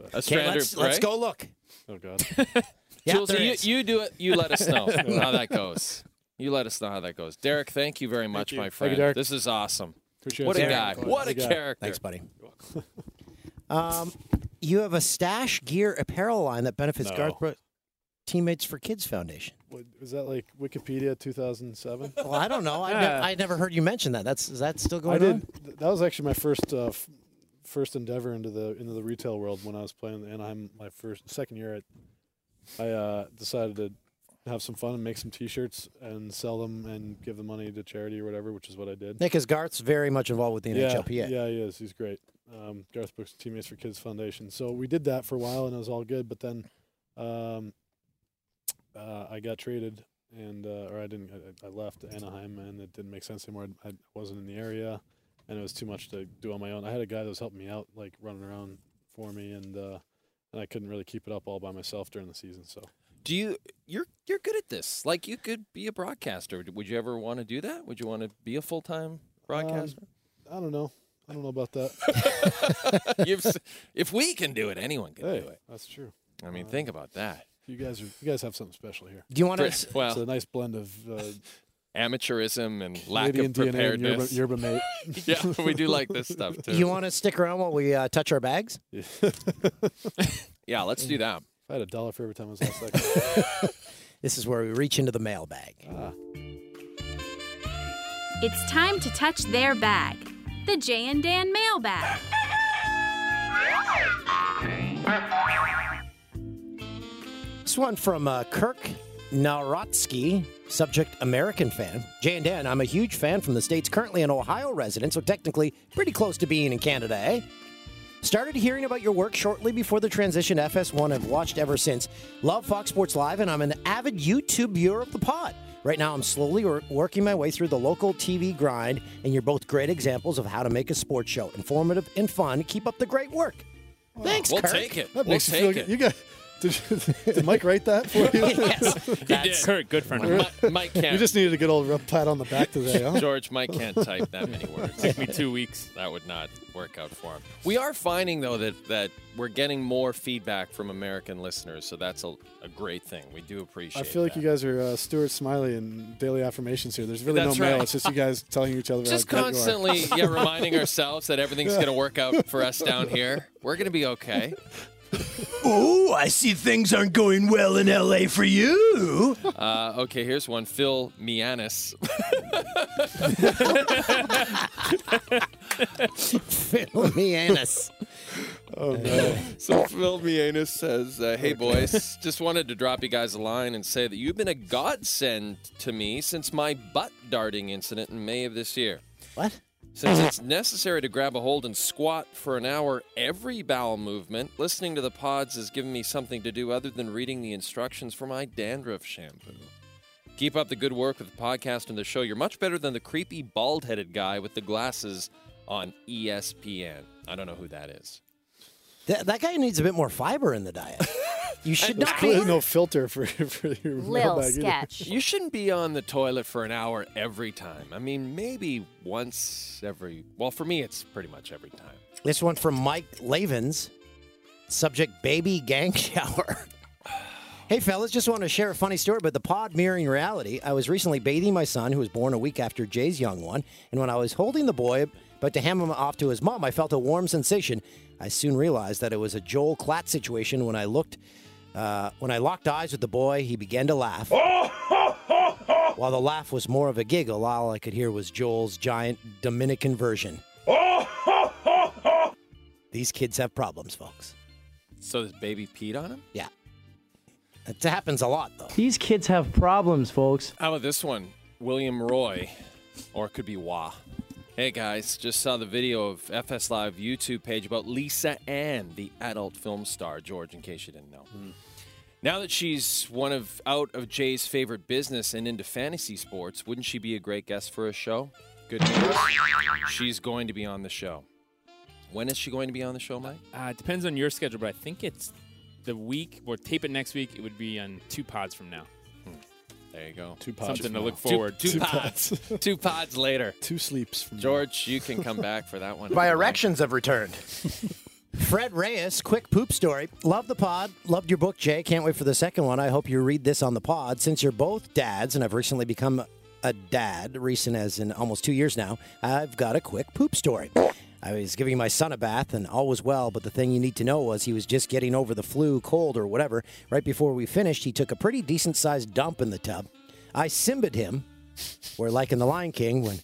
Speaker 3: a
Speaker 4: Okay,
Speaker 3: strander,
Speaker 4: let's let's
Speaker 3: right?
Speaker 4: go look.
Speaker 12: Oh God.
Speaker 4: Yeah,
Speaker 3: Jules,
Speaker 4: there
Speaker 3: you,
Speaker 4: is.
Speaker 3: you do it. You let us know how that goes. You let us know how that goes. Derek, thank you very much,
Speaker 12: you.
Speaker 3: my
Speaker 12: Thank you,
Speaker 3: friend.
Speaker 12: Derek.
Speaker 3: this is awesome.
Speaker 12: Appreciate
Speaker 3: what
Speaker 12: it.
Speaker 3: a guy.
Speaker 12: Derek.
Speaker 3: What a
Speaker 12: Good guy.
Speaker 3: character.
Speaker 4: Thanks, buddy. um, you have a stash gear apparel line that benefits
Speaker 12: No.
Speaker 4: Garth Brooks Teammates for Kids Foundation.
Speaker 12: What, is that like Wikipedia 2007?
Speaker 4: Well, I don't know. I,
Speaker 12: Yeah.
Speaker 4: ne- I never heard you mention that. That's is that still going
Speaker 12: I did.
Speaker 4: on?
Speaker 12: th- That was actually my first uh, f- first endeavor into the into the retail world when I was playing in Anaheim. My first second year, at, I uh, decided to have some fun and make some T-shirts and sell them and give the money to charity or whatever, which is what I did.
Speaker 4: Nick, because Garth's very much involved with the
Speaker 12: yeah,
Speaker 4: NHLPA.
Speaker 12: yeah, he is. He's great. Um, Garth Brooks Teammates for Kids Foundation. So we did that for a while and it was all good, but then um, uh, I got traded and uh, or I didn't. I, I left Anaheim and it didn't make sense anymore. I wasn't in the area, and it was too much to do on my own. I had a guy that was helping me out, like running around for me, and uh, and I couldn't really keep it up all by myself during the season. So
Speaker 3: Do you you're you're good at this. Like you could be a broadcaster. Would you ever want to do that? Would you want to be a full time broadcaster?
Speaker 12: Um, I don't know. I don't know about that.
Speaker 4: Um,
Speaker 3: You've s- if we can do it, anyone can do
Speaker 12: hey,
Speaker 3: it.
Speaker 12: that's true.
Speaker 3: I mean, think about that.
Speaker 12: You guys are you guys have something special here.
Speaker 4: Do you want
Speaker 3: Pretty-
Speaker 4: to?
Speaker 12: It's a
Speaker 3: well,
Speaker 12: nice blend of uh,
Speaker 3: amateurism and lack
Speaker 12: Canadian
Speaker 3: of preparedness.
Speaker 12: DNA and yerba, yerba mate.
Speaker 3: yeah, we do like this stuff too.
Speaker 4: You want to stick around while we uh, touch our bags?
Speaker 3: yeah, let's do that.
Speaker 12: I had a dollar for every time I was last second.
Speaker 4: This is where we reach into the mailbag.
Speaker 20: It's time to touch their bag, the Jay and Dan mailbag.
Speaker 4: This one from uh, Kirk Narotsky, subject American fan. Jay and Dan, I'm a huge fan from the States, currently an Ohio resident, so technically pretty close to being in Canada, eh? Started hearing about your work shortly before the transition to FS1 and watched ever since. Love Fox Sports Live, and I'm an avid YouTube viewer of the pod. Right now, I'm slowly wor- working my way through the local TV grind, and you're both great examples of how to make a sports show informative and fun. Keep up the great work. Thanks,
Speaker 3: We'll
Speaker 4: Kirk.
Speaker 3: take it.
Speaker 12: That
Speaker 3: we'll
Speaker 12: makes you
Speaker 3: take
Speaker 12: feel
Speaker 3: it.
Speaker 12: good. You got, did, you, did Mike write that for you?
Speaker 4: yes, that's
Speaker 19: Kurt, good friend. of mine.
Speaker 3: Mi- Mike can't.
Speaker 12: You just needed a good old rub pat on the back today, huh?
Speaker 3: George, Mike can't type that many words.
Speaker 19: Took me two weeks.
Speaker 3: that would not work out for him. We are finding though that that we're getting more feedback from American listeners, so that's a, a great thing. We do appreciate.
Speaker 12: I feel like
Speaker 3: that.
Speaker 12: you guys are uh, Stuart Smiley and Daily Affirmations here. There's really
Speaker 3: That's
Speaker 12: no mail.
Speaker 3: right.
Speaker 12: It's just you guys telling each other.
Speaker 3: just
Speaker 12: how great you are.
Speaker 3: constantly yeah reminding ourselves that everything's going to work out for us down here. We're going to be okay.
Speaker 4: Oh, I see things aren't going well in LA for you.
Speaker 3: Uh, okay, here's one. Phil Mianis.
Speaker 4: Philomeanus.
Speaker 3: So Phil Mianis says, uh, "Hey boys, just wanted to drop you guys a line and say that you've been a godsend to me since my butt darting incident in May of this year.
Speaker 4: what?
Speaker 3: Since it's necessary to grab a hold and squat for an hour every bowel movement, listening to the pods has given me something to do other than reading the instructions for my dandruff shampoo. Keep up the good work with the podcast and the show. You're much better than the creepy bald headed guy with the glasses on E ESPN. I don't know who that is.
Speaker 4: That, that guy needs a bit more fiber in the diet. You should
Speaker 12: There's
Speaker 4: not be.
Speaker 12: clearly no filter for, for your mailbag either.
Speaker 3: You shouldn't be on the toilet for an hour every time. I mean, maybe once every. Well, for me, it's pretty much every time.
Speaker 4: This one from Mike Lavens, subject baby gang shower. hey, fellas, just want to share a funny story about the pod mirroring reality. I was recently bathing my son, who was born a week after Jay's young one, and when I was holding the boy, but to hand him off to his mom, I felt a warm sensation. I soon realized that it was a Joel Klatt situation when I looked. Uh, when I locked eyes with the boy, he began to laugh. While the laugh was more of a giggle, all I could hear was Joel's giant Dominican version. These kids have problems, folks.
Speaker 3: So this baby peed on him?
Speaker 4: Yeah. It happens a lot, though.
Speaker 21: These kids have problems, folks.
Speaker 3: How about this one? William Roy, or it could be Wah. Hey guys, just saw the video of FS Live YouTube page about Lisa Ann, the adult film star, George, in case you didn't know. Now that she's one of out of Jay's favorite business and into fantasy sports, wouldn't she be a great guest for a show? Good news. She's going to be on the show. When is she going to be on the show, Mike?
Speaker 19: Uh, it depends on your schedule, but I think it's the week. We'll tape it next week. It would be on two pods from now.
Speaker 3: There you go.
Speaker 19: Two
Speaker 3: pods
Speaker 19: Something
Speaker 3: from
Speaker 19: to
Speaker 3: now.
Speaker 19: look
Speaker 3: Two-
Speaker 19: forward.
Speaker 3: two
Speaker 19: to.
Speaker 3: pods. two pods later.
Speaker 12: Two sleeps.
Speaker 3: George, you can come back for that one.
Speaker 4: My erections have returned. Fred Reyes, quick poop story. Love the pod. Loved your book, Jay. Can't wait for the second one. I hope you read this on the pod. Since you're both dads, and I've recently become a dad, recent as in almost two years now, I've got a quick poop story. I was giving my son a bath and all was well, but the thing you need to know was he was just getting over the flu, cold, or whatever. Right before we finished, he took a pretty decent sized dump in the tub. I Simbaed him, or like in The Lion King when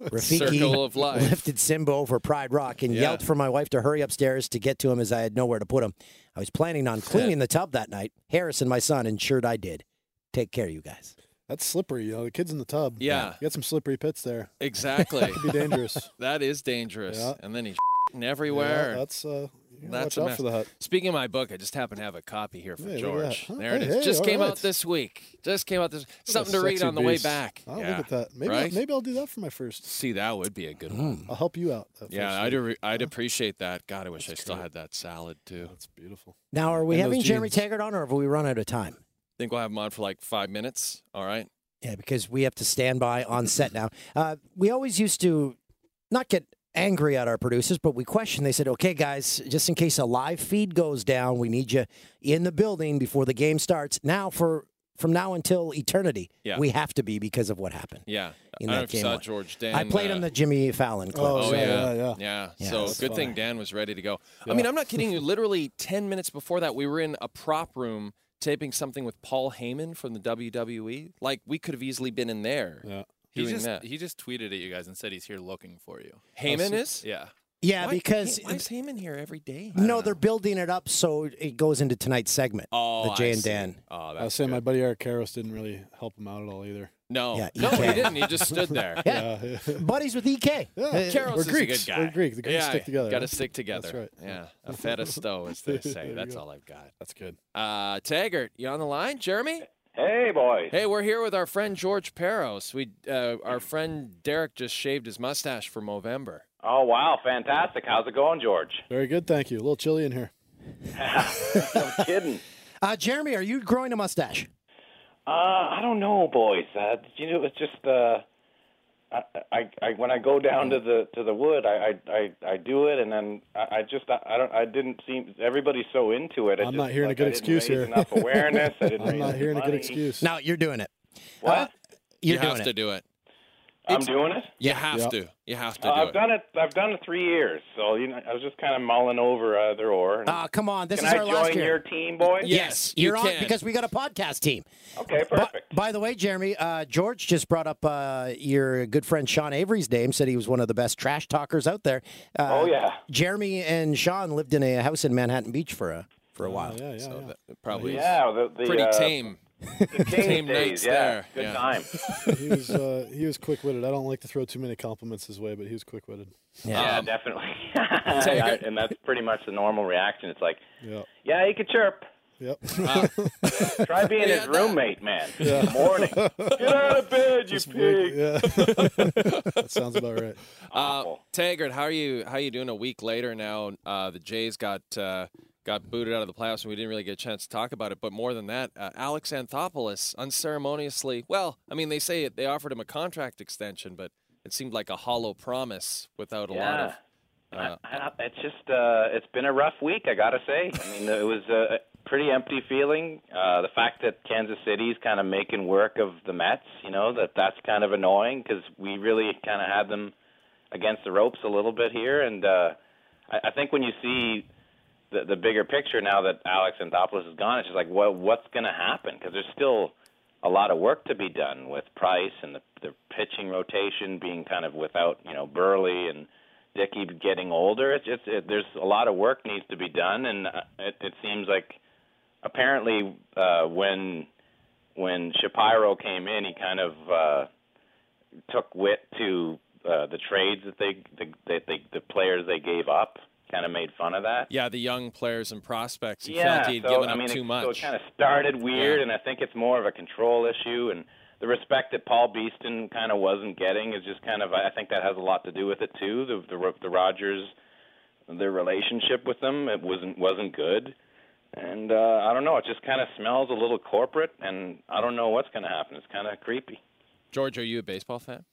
Speaker 4: Rafiki
Speaker 3: Circle of life.
Speaker 4: lifted Simba over Pride Rock and
Speaker 3: Yeah.
Speaker 4: yelled for my wife to hurry upstairs to get to him as I had nowhere to put him. I was planning on cleaning the tub that night. Harris and my son ensured I did. Take care, you guys.
Speaker 12: That's slippery. You know, the kids in the tub.
Speaker 3: Yeah.
Speaker 12: You got some slippery pits there.
Speaker 3: Exactly.
Speaker 12: Could be dangerous.
Speaker 3: that is dangerous.
Speaker 12: Yeah.
Speaker 3: And then he's shitting everywhere.
Speaker 12: Yeah, that's uh, you gotta
Speaker 3: That's
Speaker 12: watch
Speaker 3: a
Speaker 12: out
Speaker 3: mess.
Speaker 12: for that.
Speaker 3: Speaking of my book, I just happen to have a copy here for
Speaker 12: Hey, look at
Speaker 3: George.
Speaker 12: that.
Speaker 3: There it
Speaker 12: Hey,
Speaker 3: is.
Speaker 12: hey,
Speaker 3: just
Speaker 12: all
Speaker 3: came out
Speaker 12: right.
Speaker 3: this week. Just came out this. Something to
Speaker 12: Sexy
Speaker 3: read on the
Speaker 12: beast.
Speaker 3: way back.
Speaker 12: Oh,
Speaker 3: Yeah.
Speaker 12: look at that. Maybe
Speaker 3: right?
Speaker 12: I'll, Mm. maybe I'll do that for my first.
Speaker 3: See, that would be a good one.
Speaker 12: I'll help you out. that
Speaker 3: Yeah,
Speaker 12: first
Speaker 3: I'd,
Speaker 12: week.
Speaker 3: re- I'd appreciate that. God, I wish I still had that salad too.
Speaker 12: That's beautiful.
Speaker 4: Now, are we
Speaker 3: And those
Speaker 4: having Jeremy
Speaker 3: jeans.
Speaker 4: Taggart on, or have we run out of time?
Speaker 3: Think we'll have them on for like five minutes. All right.
Speaker 4: Yeah, because we have to stand by on set now. Uh, we always used to not get angry at our producers, but we questioned. They said, okay, guys, just in case a live feed goes down, we need you in the building before the game starts. Now, for from now until eternity,
Speaker 3: Yeah.
Speaker 4: we have to be because of what happened.
Speaker 3: Yeah.
Speaker 4: In
Speaker 3: I don't know
Speaker 4: that
Speaker 3: if you
Speaker 4: game
Speaker 3: saw
Speaker 4: one.
Speaker 3: George Dan.
Speaker 4: I played
Speaker 3: uh,
Speaker 4: on the Jimmy Fallon clip.
Speaker 3: Oh,
Speaker 4: so-
Speaker 3: yeah. Yeah,
Speaker 12: yeah.
Speaker 4: Yeah,
Speaker 3: so
Speaker 4: that's
Speaker 3: good thing
Speaker 4: fine.
Speaker 3: Dan was ready to go.
Speaker 12: Yeah.
Speaker 3: I mean, I'm not kidding you. Literally 10 minutes before that, we were in a prop room taping something with Paul Heyman from the WWE. Like, we could have easily been in there
Speaker 19: He
Speaker 3: doing
Speaker 19: just
Speaker 3: that.
Speaker 19: he just tweeted at you guys and said he's here looking for you. Oh,
Speaker 3: Heyman is?
Speaker 19: Yeah.
Speaker 4: Yeah,
Speaker 3: Why-
Speaker 4: because-
Speaker 3: Hey, why is Heyman here every day?
Speaker 4: No, they're building it up so it goes into tonight's segment.
Speaker 3: Oh,
Speaker 4: the Jay
Speaker 3: I
Speaker 4: and
Speaker 3: see.
Speaker 4: Dan.
Speaker 3: Oh,
Speaker 12: I was
Speaker 3: that's
Speaker 12: saying my buddy Eric Karros didn't really help him out at all either.
Speaker 3: no,
Speaker 4: Yeah,
Speaker 12: E
Speaker 3: no,
Speaker 4: EK.
Speaker 3: he didn't. He just stood there.
Speaker 4: Yeah. Buddies with EK. Uh,
Speaker 3: Carol's
Speaker 12: We're
Speaker 3: is
Speaker 12: Greeks.
Speaker 3: a good guy.
Speaker 12: We're Greek. The Greeks
Speaker 3: yeah,
Speaker 12: stick together,
Speaker 3: Got to
Speaker 12: right?
Speaker 3: stick together.
Speaker 12: That's right.
Speaker 3: Yeah, a fetisto, as they say. That's all I've got.
Speaker 12: That's good.
Speaker 3: Uh, Taggart, you on the line, Jeremy?
Speaker 22: Hey, boys.
Speaker 3: Hey, we're here with our friend George Peros. We, uh, our friend Derek just shaved his mustache for Movember.
Speaker 22: Oh, wow. Fantastic. How's it going, George?
Speaker 12: Very good, thank you. A little chilly in here.
Speaker 22: I'm kidding.
Speaker 4: Uh, Jeremy, are you growing a mustache?
Speaker 22: Uh, I don't know, boys. Uh, you know, it's just uh, I, I, I, when I go down to the to the wood, I, I, I, I do it, and then I, I just I, I don't I didn't seem everybody's so into it. It's
Speaker 12: I'm
Speaker 22: just
Speaker 12: not hearing
Speaker 22: like
Speaker 12: a good
Speaker 22: I didn't
Speaker 12: excuse
Speaker 22: raise
Speaker 12: here.
Speaker 22: Enough awareness. I didn't
Speaker 12: I'm
Speaker 22: raise
Speaker 12: not hearing a
Speaker 22: money.
Speaker 12: good excuse.
Speaker 4: No, you're doing it.
Speaker 22: What?
Speaker 4: Uh, you're
Speaker 3: you
Speaker 4: doing
Speaker 3: have
Speaker 4: it.
Speaker 3: to do it.
Speaker 22: I'm
Speaker 3: It's-
Speaker 22: doing it.
Speaker 3: You have
Speaker 12: Yeah.
Speaker 3: to. You have to
Speaker 22: Uh,
Speaker 3: do
Speaker 22: I've
Speaker 3: it.
Speaker 22: done it. I've done it three years, so you know I was just kind of mulling over either or. and-
Speaker 4: Ah, come on. This
Speaker 22: can
Speaker 4: is
Speaker 22: I
Speaker 4: our
Speaker 22: join
Speaker 4: last year.
Speaker 22: your team, boys?
Speaker 4: Yes,
Speaker 22: you
Speaker 4: you're on
Speaker 22: can.
Speaker 4: because we got a podcast team.
Speaker 22: Okay,
Speaker 4: Bu-
Speaker 22: perfect.
Speaker 4: By, the way, Jeremy, uh, George just brought up uh, your good friend Sean Avery's name. Said he was one of the best trash talkers out there. Uh,
Speaker 22: Oh, yeah.
Speaker 4: Jeremy and Sean lived in a house in Manhattan Beach for a for a while.
Speaker 12: Oh, Yeah, yeah, yeah.
Speaker 3: That probably
Speaker 22: Yeah, the, the
Speaker 3: pretty
Speaker 22: uh,
Speaker 3: tame.
Speaker 22: The King's
Speaker 3: Team Nate's
Speaker 22: days, yeah.
Speaker 3: there,
Speaker 22: Good
Speaker 3: yeah.
Speaker 22: time.
Speaker 12: he was uh, he was quick witted. I don't like to throw too many compliments his way, but he was quick witted.
Speaker 22: Yeah,
Speaker 3: Um,
Speaker 22: definitely. and, I- and that's pretty much the normal reaction. It's like,
Speaker 12: Yeah.
Speaker 22: yeah, he could chirp. Uh,
Speaker 12: Yep.
Speaker 22: Try being his roommate, man. Morning. Get out of bed, you pig.
Speaker 12: that sounds about right.
Speaker 3: Uh, Taggart, how are you? How you doing? A week later now, uh, the Jays got uh, got booted out of the playoffs, and we didn't really get a chance to talk about it. But more than that, uh, Alex Anthopoulos unceremoniously. Well, I mean, they say it, they offered him a contract extension, but it seemed like a hollow promise without a lot of. Uh,
Speaker 22: I, I, it's just uh, it's been a rough week. I gotta say. I mean, it was a pretty empty feeling. Uh, the fact that Kansas City's kind of making work of the Mets, you know, that that's kind of annoying because we really kind of had them against the ropes a little bit here, and uh, I, I think when you see the, the bigger picture now that Alex Anthopoulos is gone, it's just like, well, what's going to happen? Because there's still a lot of work to be done with Price and the, the pitching rotation being kind of without, you know, Burley and Dickey getting older. It's just it, there's a lot of work needs to be done, and uh, it, it seems like apparently uh, when when Shapiro came in, he kind of uh, took wit to uh, the trades that they the, that they the players they gave up. Kind of made fun of that.
Speaker 3: yeah, the young players and prospects. He
Speaker 22: yeah,
Speaker 3: felt he'd
Speaker 22: so,
Speaker 3: given
Speaker 22: I
Speaker 3: up
Speaker 22: mean,
Speaker 3: too
Speaker 22: it,
Speaker 3: much.
Speaker 22: So it kind of started weird,
Speaker 3: Yeah.
Speaker 22: and I think it's more of a control issue. And the respect that Paul Beeston kind of wasn't getting is just kind of, I think that has a lot to do with it too. The the, the Rogers, their relationship with them, it wasn't wasn't good. And uh, I don't know, it just kind of smells a little corporate, and I don't know what's going to happen. It's kind of creepy.
Speaker 3: George, are you a baseball fan?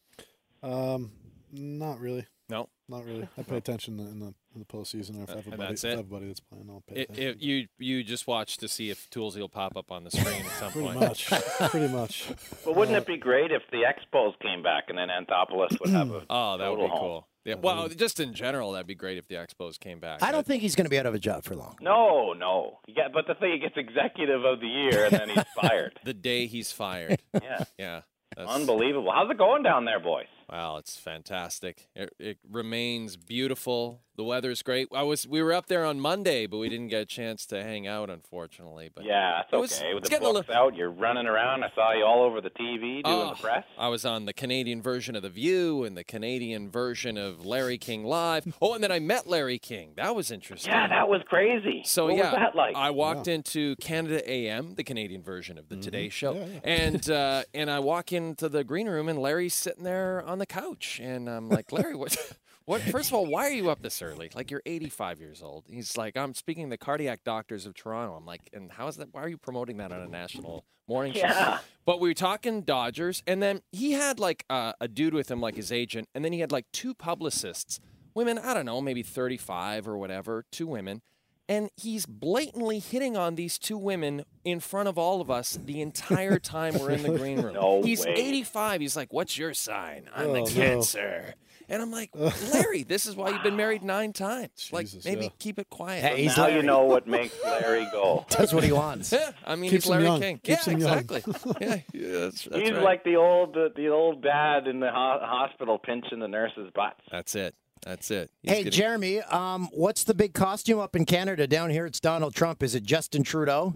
Speaker 12: Um, not really.
Speaker 3: No,
Speaker 12: not really. I pay
Speaker 3: No.
Speaker 12: attention in the, in the, in the postseason. If I have
Speaker 3: and
Speaker 12: a buddy,
Speaker 3: Uh, that's
Speaker 12: if I
Speaker 3: it?
Speaker 12: have a buddy that's playing, I'll pay
Speaker 3: It,
Speaker 12: attention.
Speaker 3: it, you you just watch to see if Toolsy will pop up on the screen at some
Speaker 12: pretty
Speaker 3: point.
Speaker 12: much. pretty much.
Speaker 22: But wouldn't
Speaker 12: Uh,
Speaker 22: it be great if the Expos came back and then Anthopoulos would have a
Speaker 3: Oh, that would
Speaker 22: total
Speaker 3: be
Speaker 22: home?
Speaker 3: cool. Yeah. Well, just in general, that'd be great if the Expos came back.
Speaker 4: I don't think he's going to be out of a job for long.
Speaker 22: No, no. Yeah, but the thing, he gets executive of the year, and then he's fired.
Speaker 3: the day he's fired.
Speaker 22: Yeah.
Speaker 3: Yeah. That's,
Speaker 22: Unbelievable. How's it going down there, boys?
Speaker 3: Wow, it's fantastic. It, it remains beautiful. The weather's great. I was we were up there on Monday, but we didn't get a chance to hang out, unfortunately. But
Speaker 22: Yeah, it's
Speaker 3: It was-
Speaker 22: okay. With
Speaker 3: it's
Speaker 22: the
Speaker 3: getting a
Speaker 22: books out, you're running around. I saw you all over the TV doing
Speaker 3: Oh,
Speaker 22: the press.
Speaker 3: I was on the Canadian version of The View and the Canadian version of Larry King Live. Oh, and then I met Larry King. That was interesting.
Speaker 22: Yeah, that was crazy.
Speaker 3: So
Speaker 22: what
Speaker 3: yeah,
Speaker 22: was that like?
Speaker 3: I walked into Canada AM, the Canadian version of the Today Show, and uh, and I walk into the green room, and Larry's sitting there on the couch, and I'm like, Larry, what? What? First of all, why are you up this early? Like you're 85 years old. He's like, I'm speaking to the cardiac doctors of Toronto. I'm like, and how is that? Why are you promoting that on a national morning show?
Speaker 16: Yeah.
Speaker 3: But we were talking Dodgers, and then he had like uh, a dude with him, like his agent, and then he had like two publicists, women, I don't know, maybe 35 or whatever, two women. And he's blatantly hitting on these two women in front of all of us the entire time we're in the green room.
Speaker 16: No
Speaker 3: he's
Speaker 16: way.
Speaker 3: 85. He's like, What's your sign? I'm
Speaker 16: Oh, no.
Speaker 3: the cancer. And I'm like, Larry, this is why you've been married nine times. like, maybe
Speaker 16: yeah.
Speaker 3: keep it quiet.
Speaker 22: So now you know what makes Larry go.
Speaker 4: That's what he wants.
Speaker 3: Yeah, I mean,
Speaker 22: Keeps him
Speaker 3: he's Larry
Speaker 22: young.
Speaker 3: King.
Speaker 22: Keeps
Speaker 3: yeah,
Speaker 22: him young.
Speaker 3: exactly. yeah, yeah, that's, that's
Speaker 22: He's
Speaker 3: right.
Speaker 22: like the old the, the old dad in the ho- hospital pinching the nurses' butts.
Speaker 3: That's it. That's it.
Speaker 4: hey, Jeremy, um, what's the big costume up in Canada? Down here, it's Donald Trump. Is it Justin Trudeau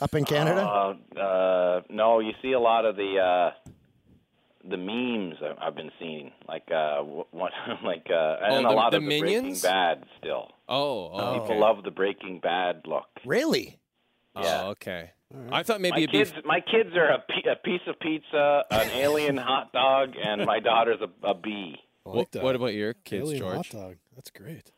Speaker 4: up in Canada?
Speaker 22: Uh, uh, no, you see a lot of the uh, the memes I- I've been seeing, like uh, w- one, like uh, and a
Speaker 3: Oh, the-
Speaker 22: lot
Speaker 3: the
Speaker 22: of the Breaking
Speaker 3: minions?
Speaker 22: Bad still.
Speaker 3: Oh, oh,
Speaker 22: people
Speaker 3: okay.
Speaker 22: love the Breaking Bad look.
Speaker 4: really?
Speaker 22: Yeah.
Speaker 3: Oh, okay. I thought maybe
Speaker 22: my
Speaker 3: it'd be
Speaker 22: kids, my kids are a, pi- a piece of pizza, an alien hot dog, and my daughter's a, a bee.
Speaker 3: Wha- what,
Speaker 22: that.
Speaker 3: about your kids,
Speaker 22: Alien hot
Speaker 3: George?
Speaker 12: dog. That's great.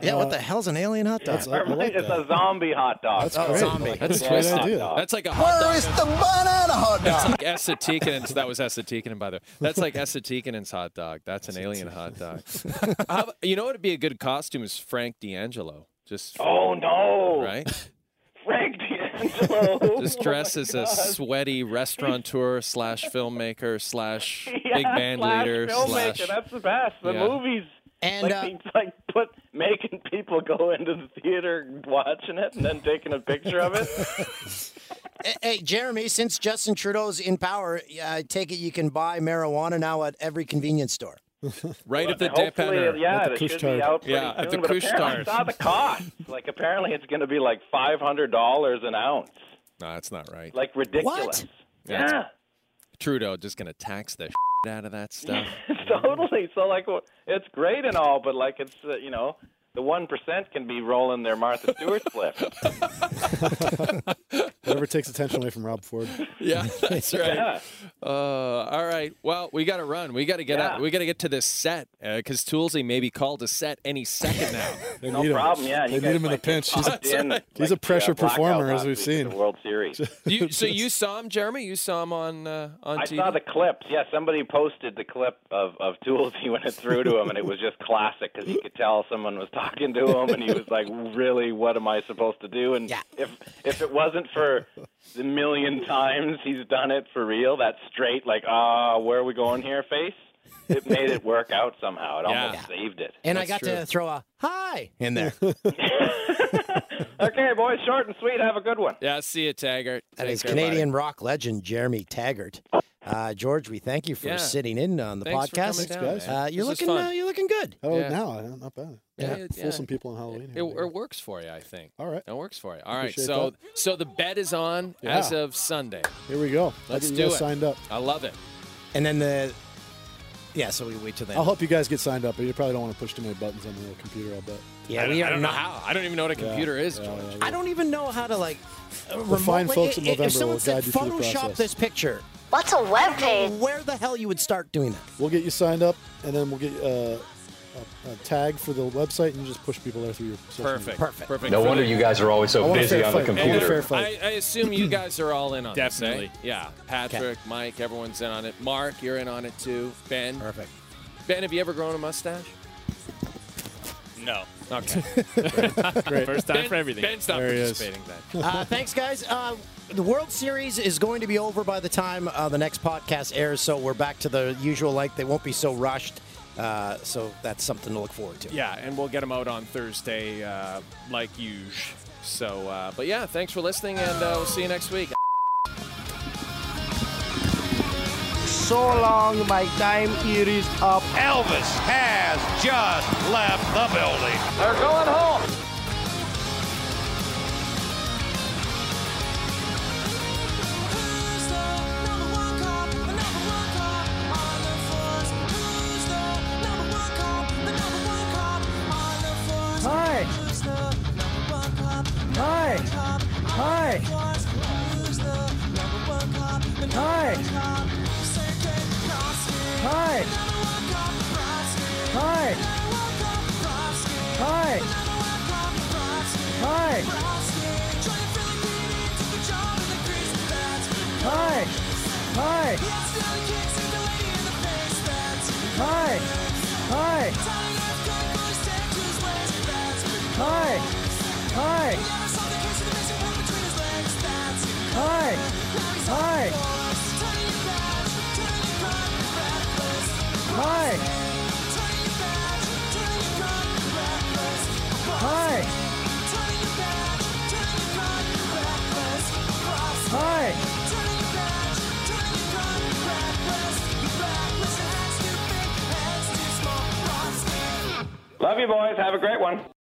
Speaker 4: Yeah,
Speaker 22: Uh,
Speaker 4: what the hell's an alien hot dog?
Speaker 22: That's- I like It's a that. zombie hot dog. That's
Speaker 4: oh,
Speaker 22: great.
Speaker 4: zombie.
Speaker 3: That's
Speaker 22: Yeah,
Speaker 3: twisted.
Speaker 22: hot dog.
Speaker 3: That's like a hot
Speaker 4: Where
Speaker 3: dog.
Speaker 4: is the banana hot
Speaker 3: That's
Speaker 4: dog?
Speaker 3: like Esatekanen. That was Esatekanen, by the way. That's like Essetekinen's hot dog. That's an alien hot dog. How about- you know what would be a good costume is Frank D'Angelo. Just
Speaker 22: Oh, no. Oh
Speaker 3: right?
Speaker 22: Frank D'Angelo.
Speaker 3: Just dress as a sweaty restaurateur slash filmmaker slash
Speaker 22: Yeah,
Speaker 3: big band
Speaker 22: slash
Speaker 3: leader
Speaker 22: filmmaker.
Speaker 3: slash
Speaker 22: That's the best. The
Speaker 3: Yeah.
Speaker 22: movies.
Speaker 4: And,
Speaker 22: like,
Speaker 4: uh,
Speaker 22: they- like put making people go into the theater watching it and then taking a picture of it.
Speaker 4: Hey, Hey, Jeremy, since Justin Trudeau's in power, I take it you can buy marijuana now at every convenience store.
Speaker 3: right at the
Speaker 22: Hopefully,
Speaker 3: depender.
Speaker 22: yeah, it should be out pretty
Speaker 3: Yeah,
Speaker 22: soon.
Speaker 3: at the
Speaker 22: but apparently
Speaker 3: Couche-Tard.
Speaker 22: I saw the cost. like apparently it's going to be like five hundred dollars an ounce.
Speaker 3: No, that's not right.
Speaker 22: Like ridiculous. What?
Speaker 3: Yeah. it's-
Speaker 22: Yeah.
Speaker 3: Trudeau just going to tax the shit out of that stuff.
Speaker 22: totally. So like, well, it's great and all, but like, it's uh, you know, the one percent can be rolling their Martha Stewart slip.
Speaker 12: Whatever takes attention away from Rob Ford.
Speaker 3: Yeah, that's right.
Speaker 12: Yeah.
Speaker 3: Uh, all right. Well, we got to run. We got to get out.
Speaker 12: Yeah.
Speaker 3: We got to get to this set because Toolsy may be called to set any second now.
Speaker 12: They need him. They need him in the pinch. He's a, he's a pressure
Speaker 22: uh,
Speaker 12: performer, as we've seen.
Speaker 22: World Series.
Speaker 3: You, so you saw him, Jeremy? You saw him on uh, on
Speaker 22: I
Speaker 3: TV?
Speaker 22: saw the clips. Yeah, somebody posted the clip of of Toolsy when it threw to him, and it was just classic because you could tell someone was talking to him, and he was like, "Really, what am I supposed to do?" And if if it wasn't for the million times he's done it for real, that straight like, "Ah, where are we going here?" face, it made it work out somehow. It almost saved it.
Speaker 4: And I got to throw a hi in there.
Speaker 22: okay, boys, short and sweet. Have a good one.
Speaker 3: Yeah, see you, Taggart.
Speaker 4: That
Speaker 3: Take
Speaker 4: is
Speaker 3: care,
Speaker 4: Canadian rock legend Jeremy Taggart. Uh, George, we thank you for
Speaker 3: Yeah.
Speaker 4: sitting in on the
Speaker 3: Thanks for
Speaker 4: podcast.
Speaker 3: coming down, Thanks, guys. man.
Speaker 4: uh, you're
Speaker 3: This was
Speaker 4: looking,
Speaker 3: fun.
Speaker 4: uh, you're looking good.
Speaker 12: How old
Speaker 3: Yeah.
Speaker 12: now? I'm not bad.
Speaker 3: Yeah,
Speaker 12: Yeah,
Speaker 3: yeah.
Speaker 12: fool some people on Halloween.
Speaker 3: It, it works for you, I think. All right. It works for you. All right.
Speaker 12: Appreciate
Speaker 3: So so the bet is on
Speaker 12: Yeah.
Speaker 3: as of Sunday.
Speaker 12: Here we go. I
Speaker 3: Let's
Speaker 12: think
Speaker 3: do
Speaker 12: you
Speaker 3: it.
Speaker 12: guys Signed up.
Speaker 3: I love it.
Speaker 4: And then the yeah, so we wait till then.
Speaker 12: I'll help you guys get signed up, but you probably don't want to push too many buttons on the little computer. I bet.
Speaker 3: I, I don't know how. I don't even know what a
Speaker 12: Yeah,
Speaker 3: computer is,
Speaker 12: yeah,
Speaker 3: George.
Speaker 4: I don't even know how to like. uh,
Speaker 12: The fine
Speaker 4: remotely-
Speaker 12: folks in
Speaker 4: i-
Speaker 12: November
Speaker 4: If someone
Speaker 12: will
Speaker 4: said
Speaker 12: guide you through the
Speaker 4: Photoshop
Speaker 12: process.
Speaker 4: this picture,
Speaker 17: What's a web
Speaker 4: page? Where the hell you would start doing that?
Speaker 12: We'll get you signed up, and then we'll get uh, a, a tag for the website, and you just push people there through your. Social media.
Speaker 3: Perfect. Perfect. Perfect.
Speaker 1: No
Speaker 3: For
Speaker 1: wonder
Speaker 3: the-
Speaker 1: you guys are always so
Speaker 12: I want a
Speaker 1: busy
Speaker 12: fair
Speaker 1: on the
Speaker 12: fight. I want a
Speaker 1: computer.
Speaker 12: fair fight.
Speaker 3: I, I assume you guys are all in on
Speaker 19: Definitely.
Speaker 3: this. eh? Yeah. Patrick, Mike, everyone's in on it. Mark, you're in on it too. Ben.
Speaker 4: Perfect.
Speaker 3: Ben, have you ever grown a mustache?
Speaker 19: No.
Speaker 3: Okay.
Speaker 19: Great. First time
Speaker 3: Ben-
Speaker 19: for everything.
Speaker 3: Ben's not
Speaker 19: There he is.
Speaker 3: participating then.
Speaker 4: uh, thanks, guys. Uh, the World Series is going to be over by the time uh, the next podcast airs, so we're back to the usual length. They won't be so rushed, uh, so that's something to look forward to.
Speaker 3: Yeah, and we'll get them out on Thursday, uh, like usual. So, uh, but yeah, thanks for listening, and uh, we'll see you next week.
Speaker 2: So long, my time here is up. Elvis has just left the building. They're going home.
Speaker 16: Hi. Hi. Hi. Hi. Hi. Hi. Hi. Hi. Hi. Hi. Hi. Hi. Hi. Hi. Hi. Hi. Hi. Hi. Hi.
Speaker 22: Love you, boys. Have a great one.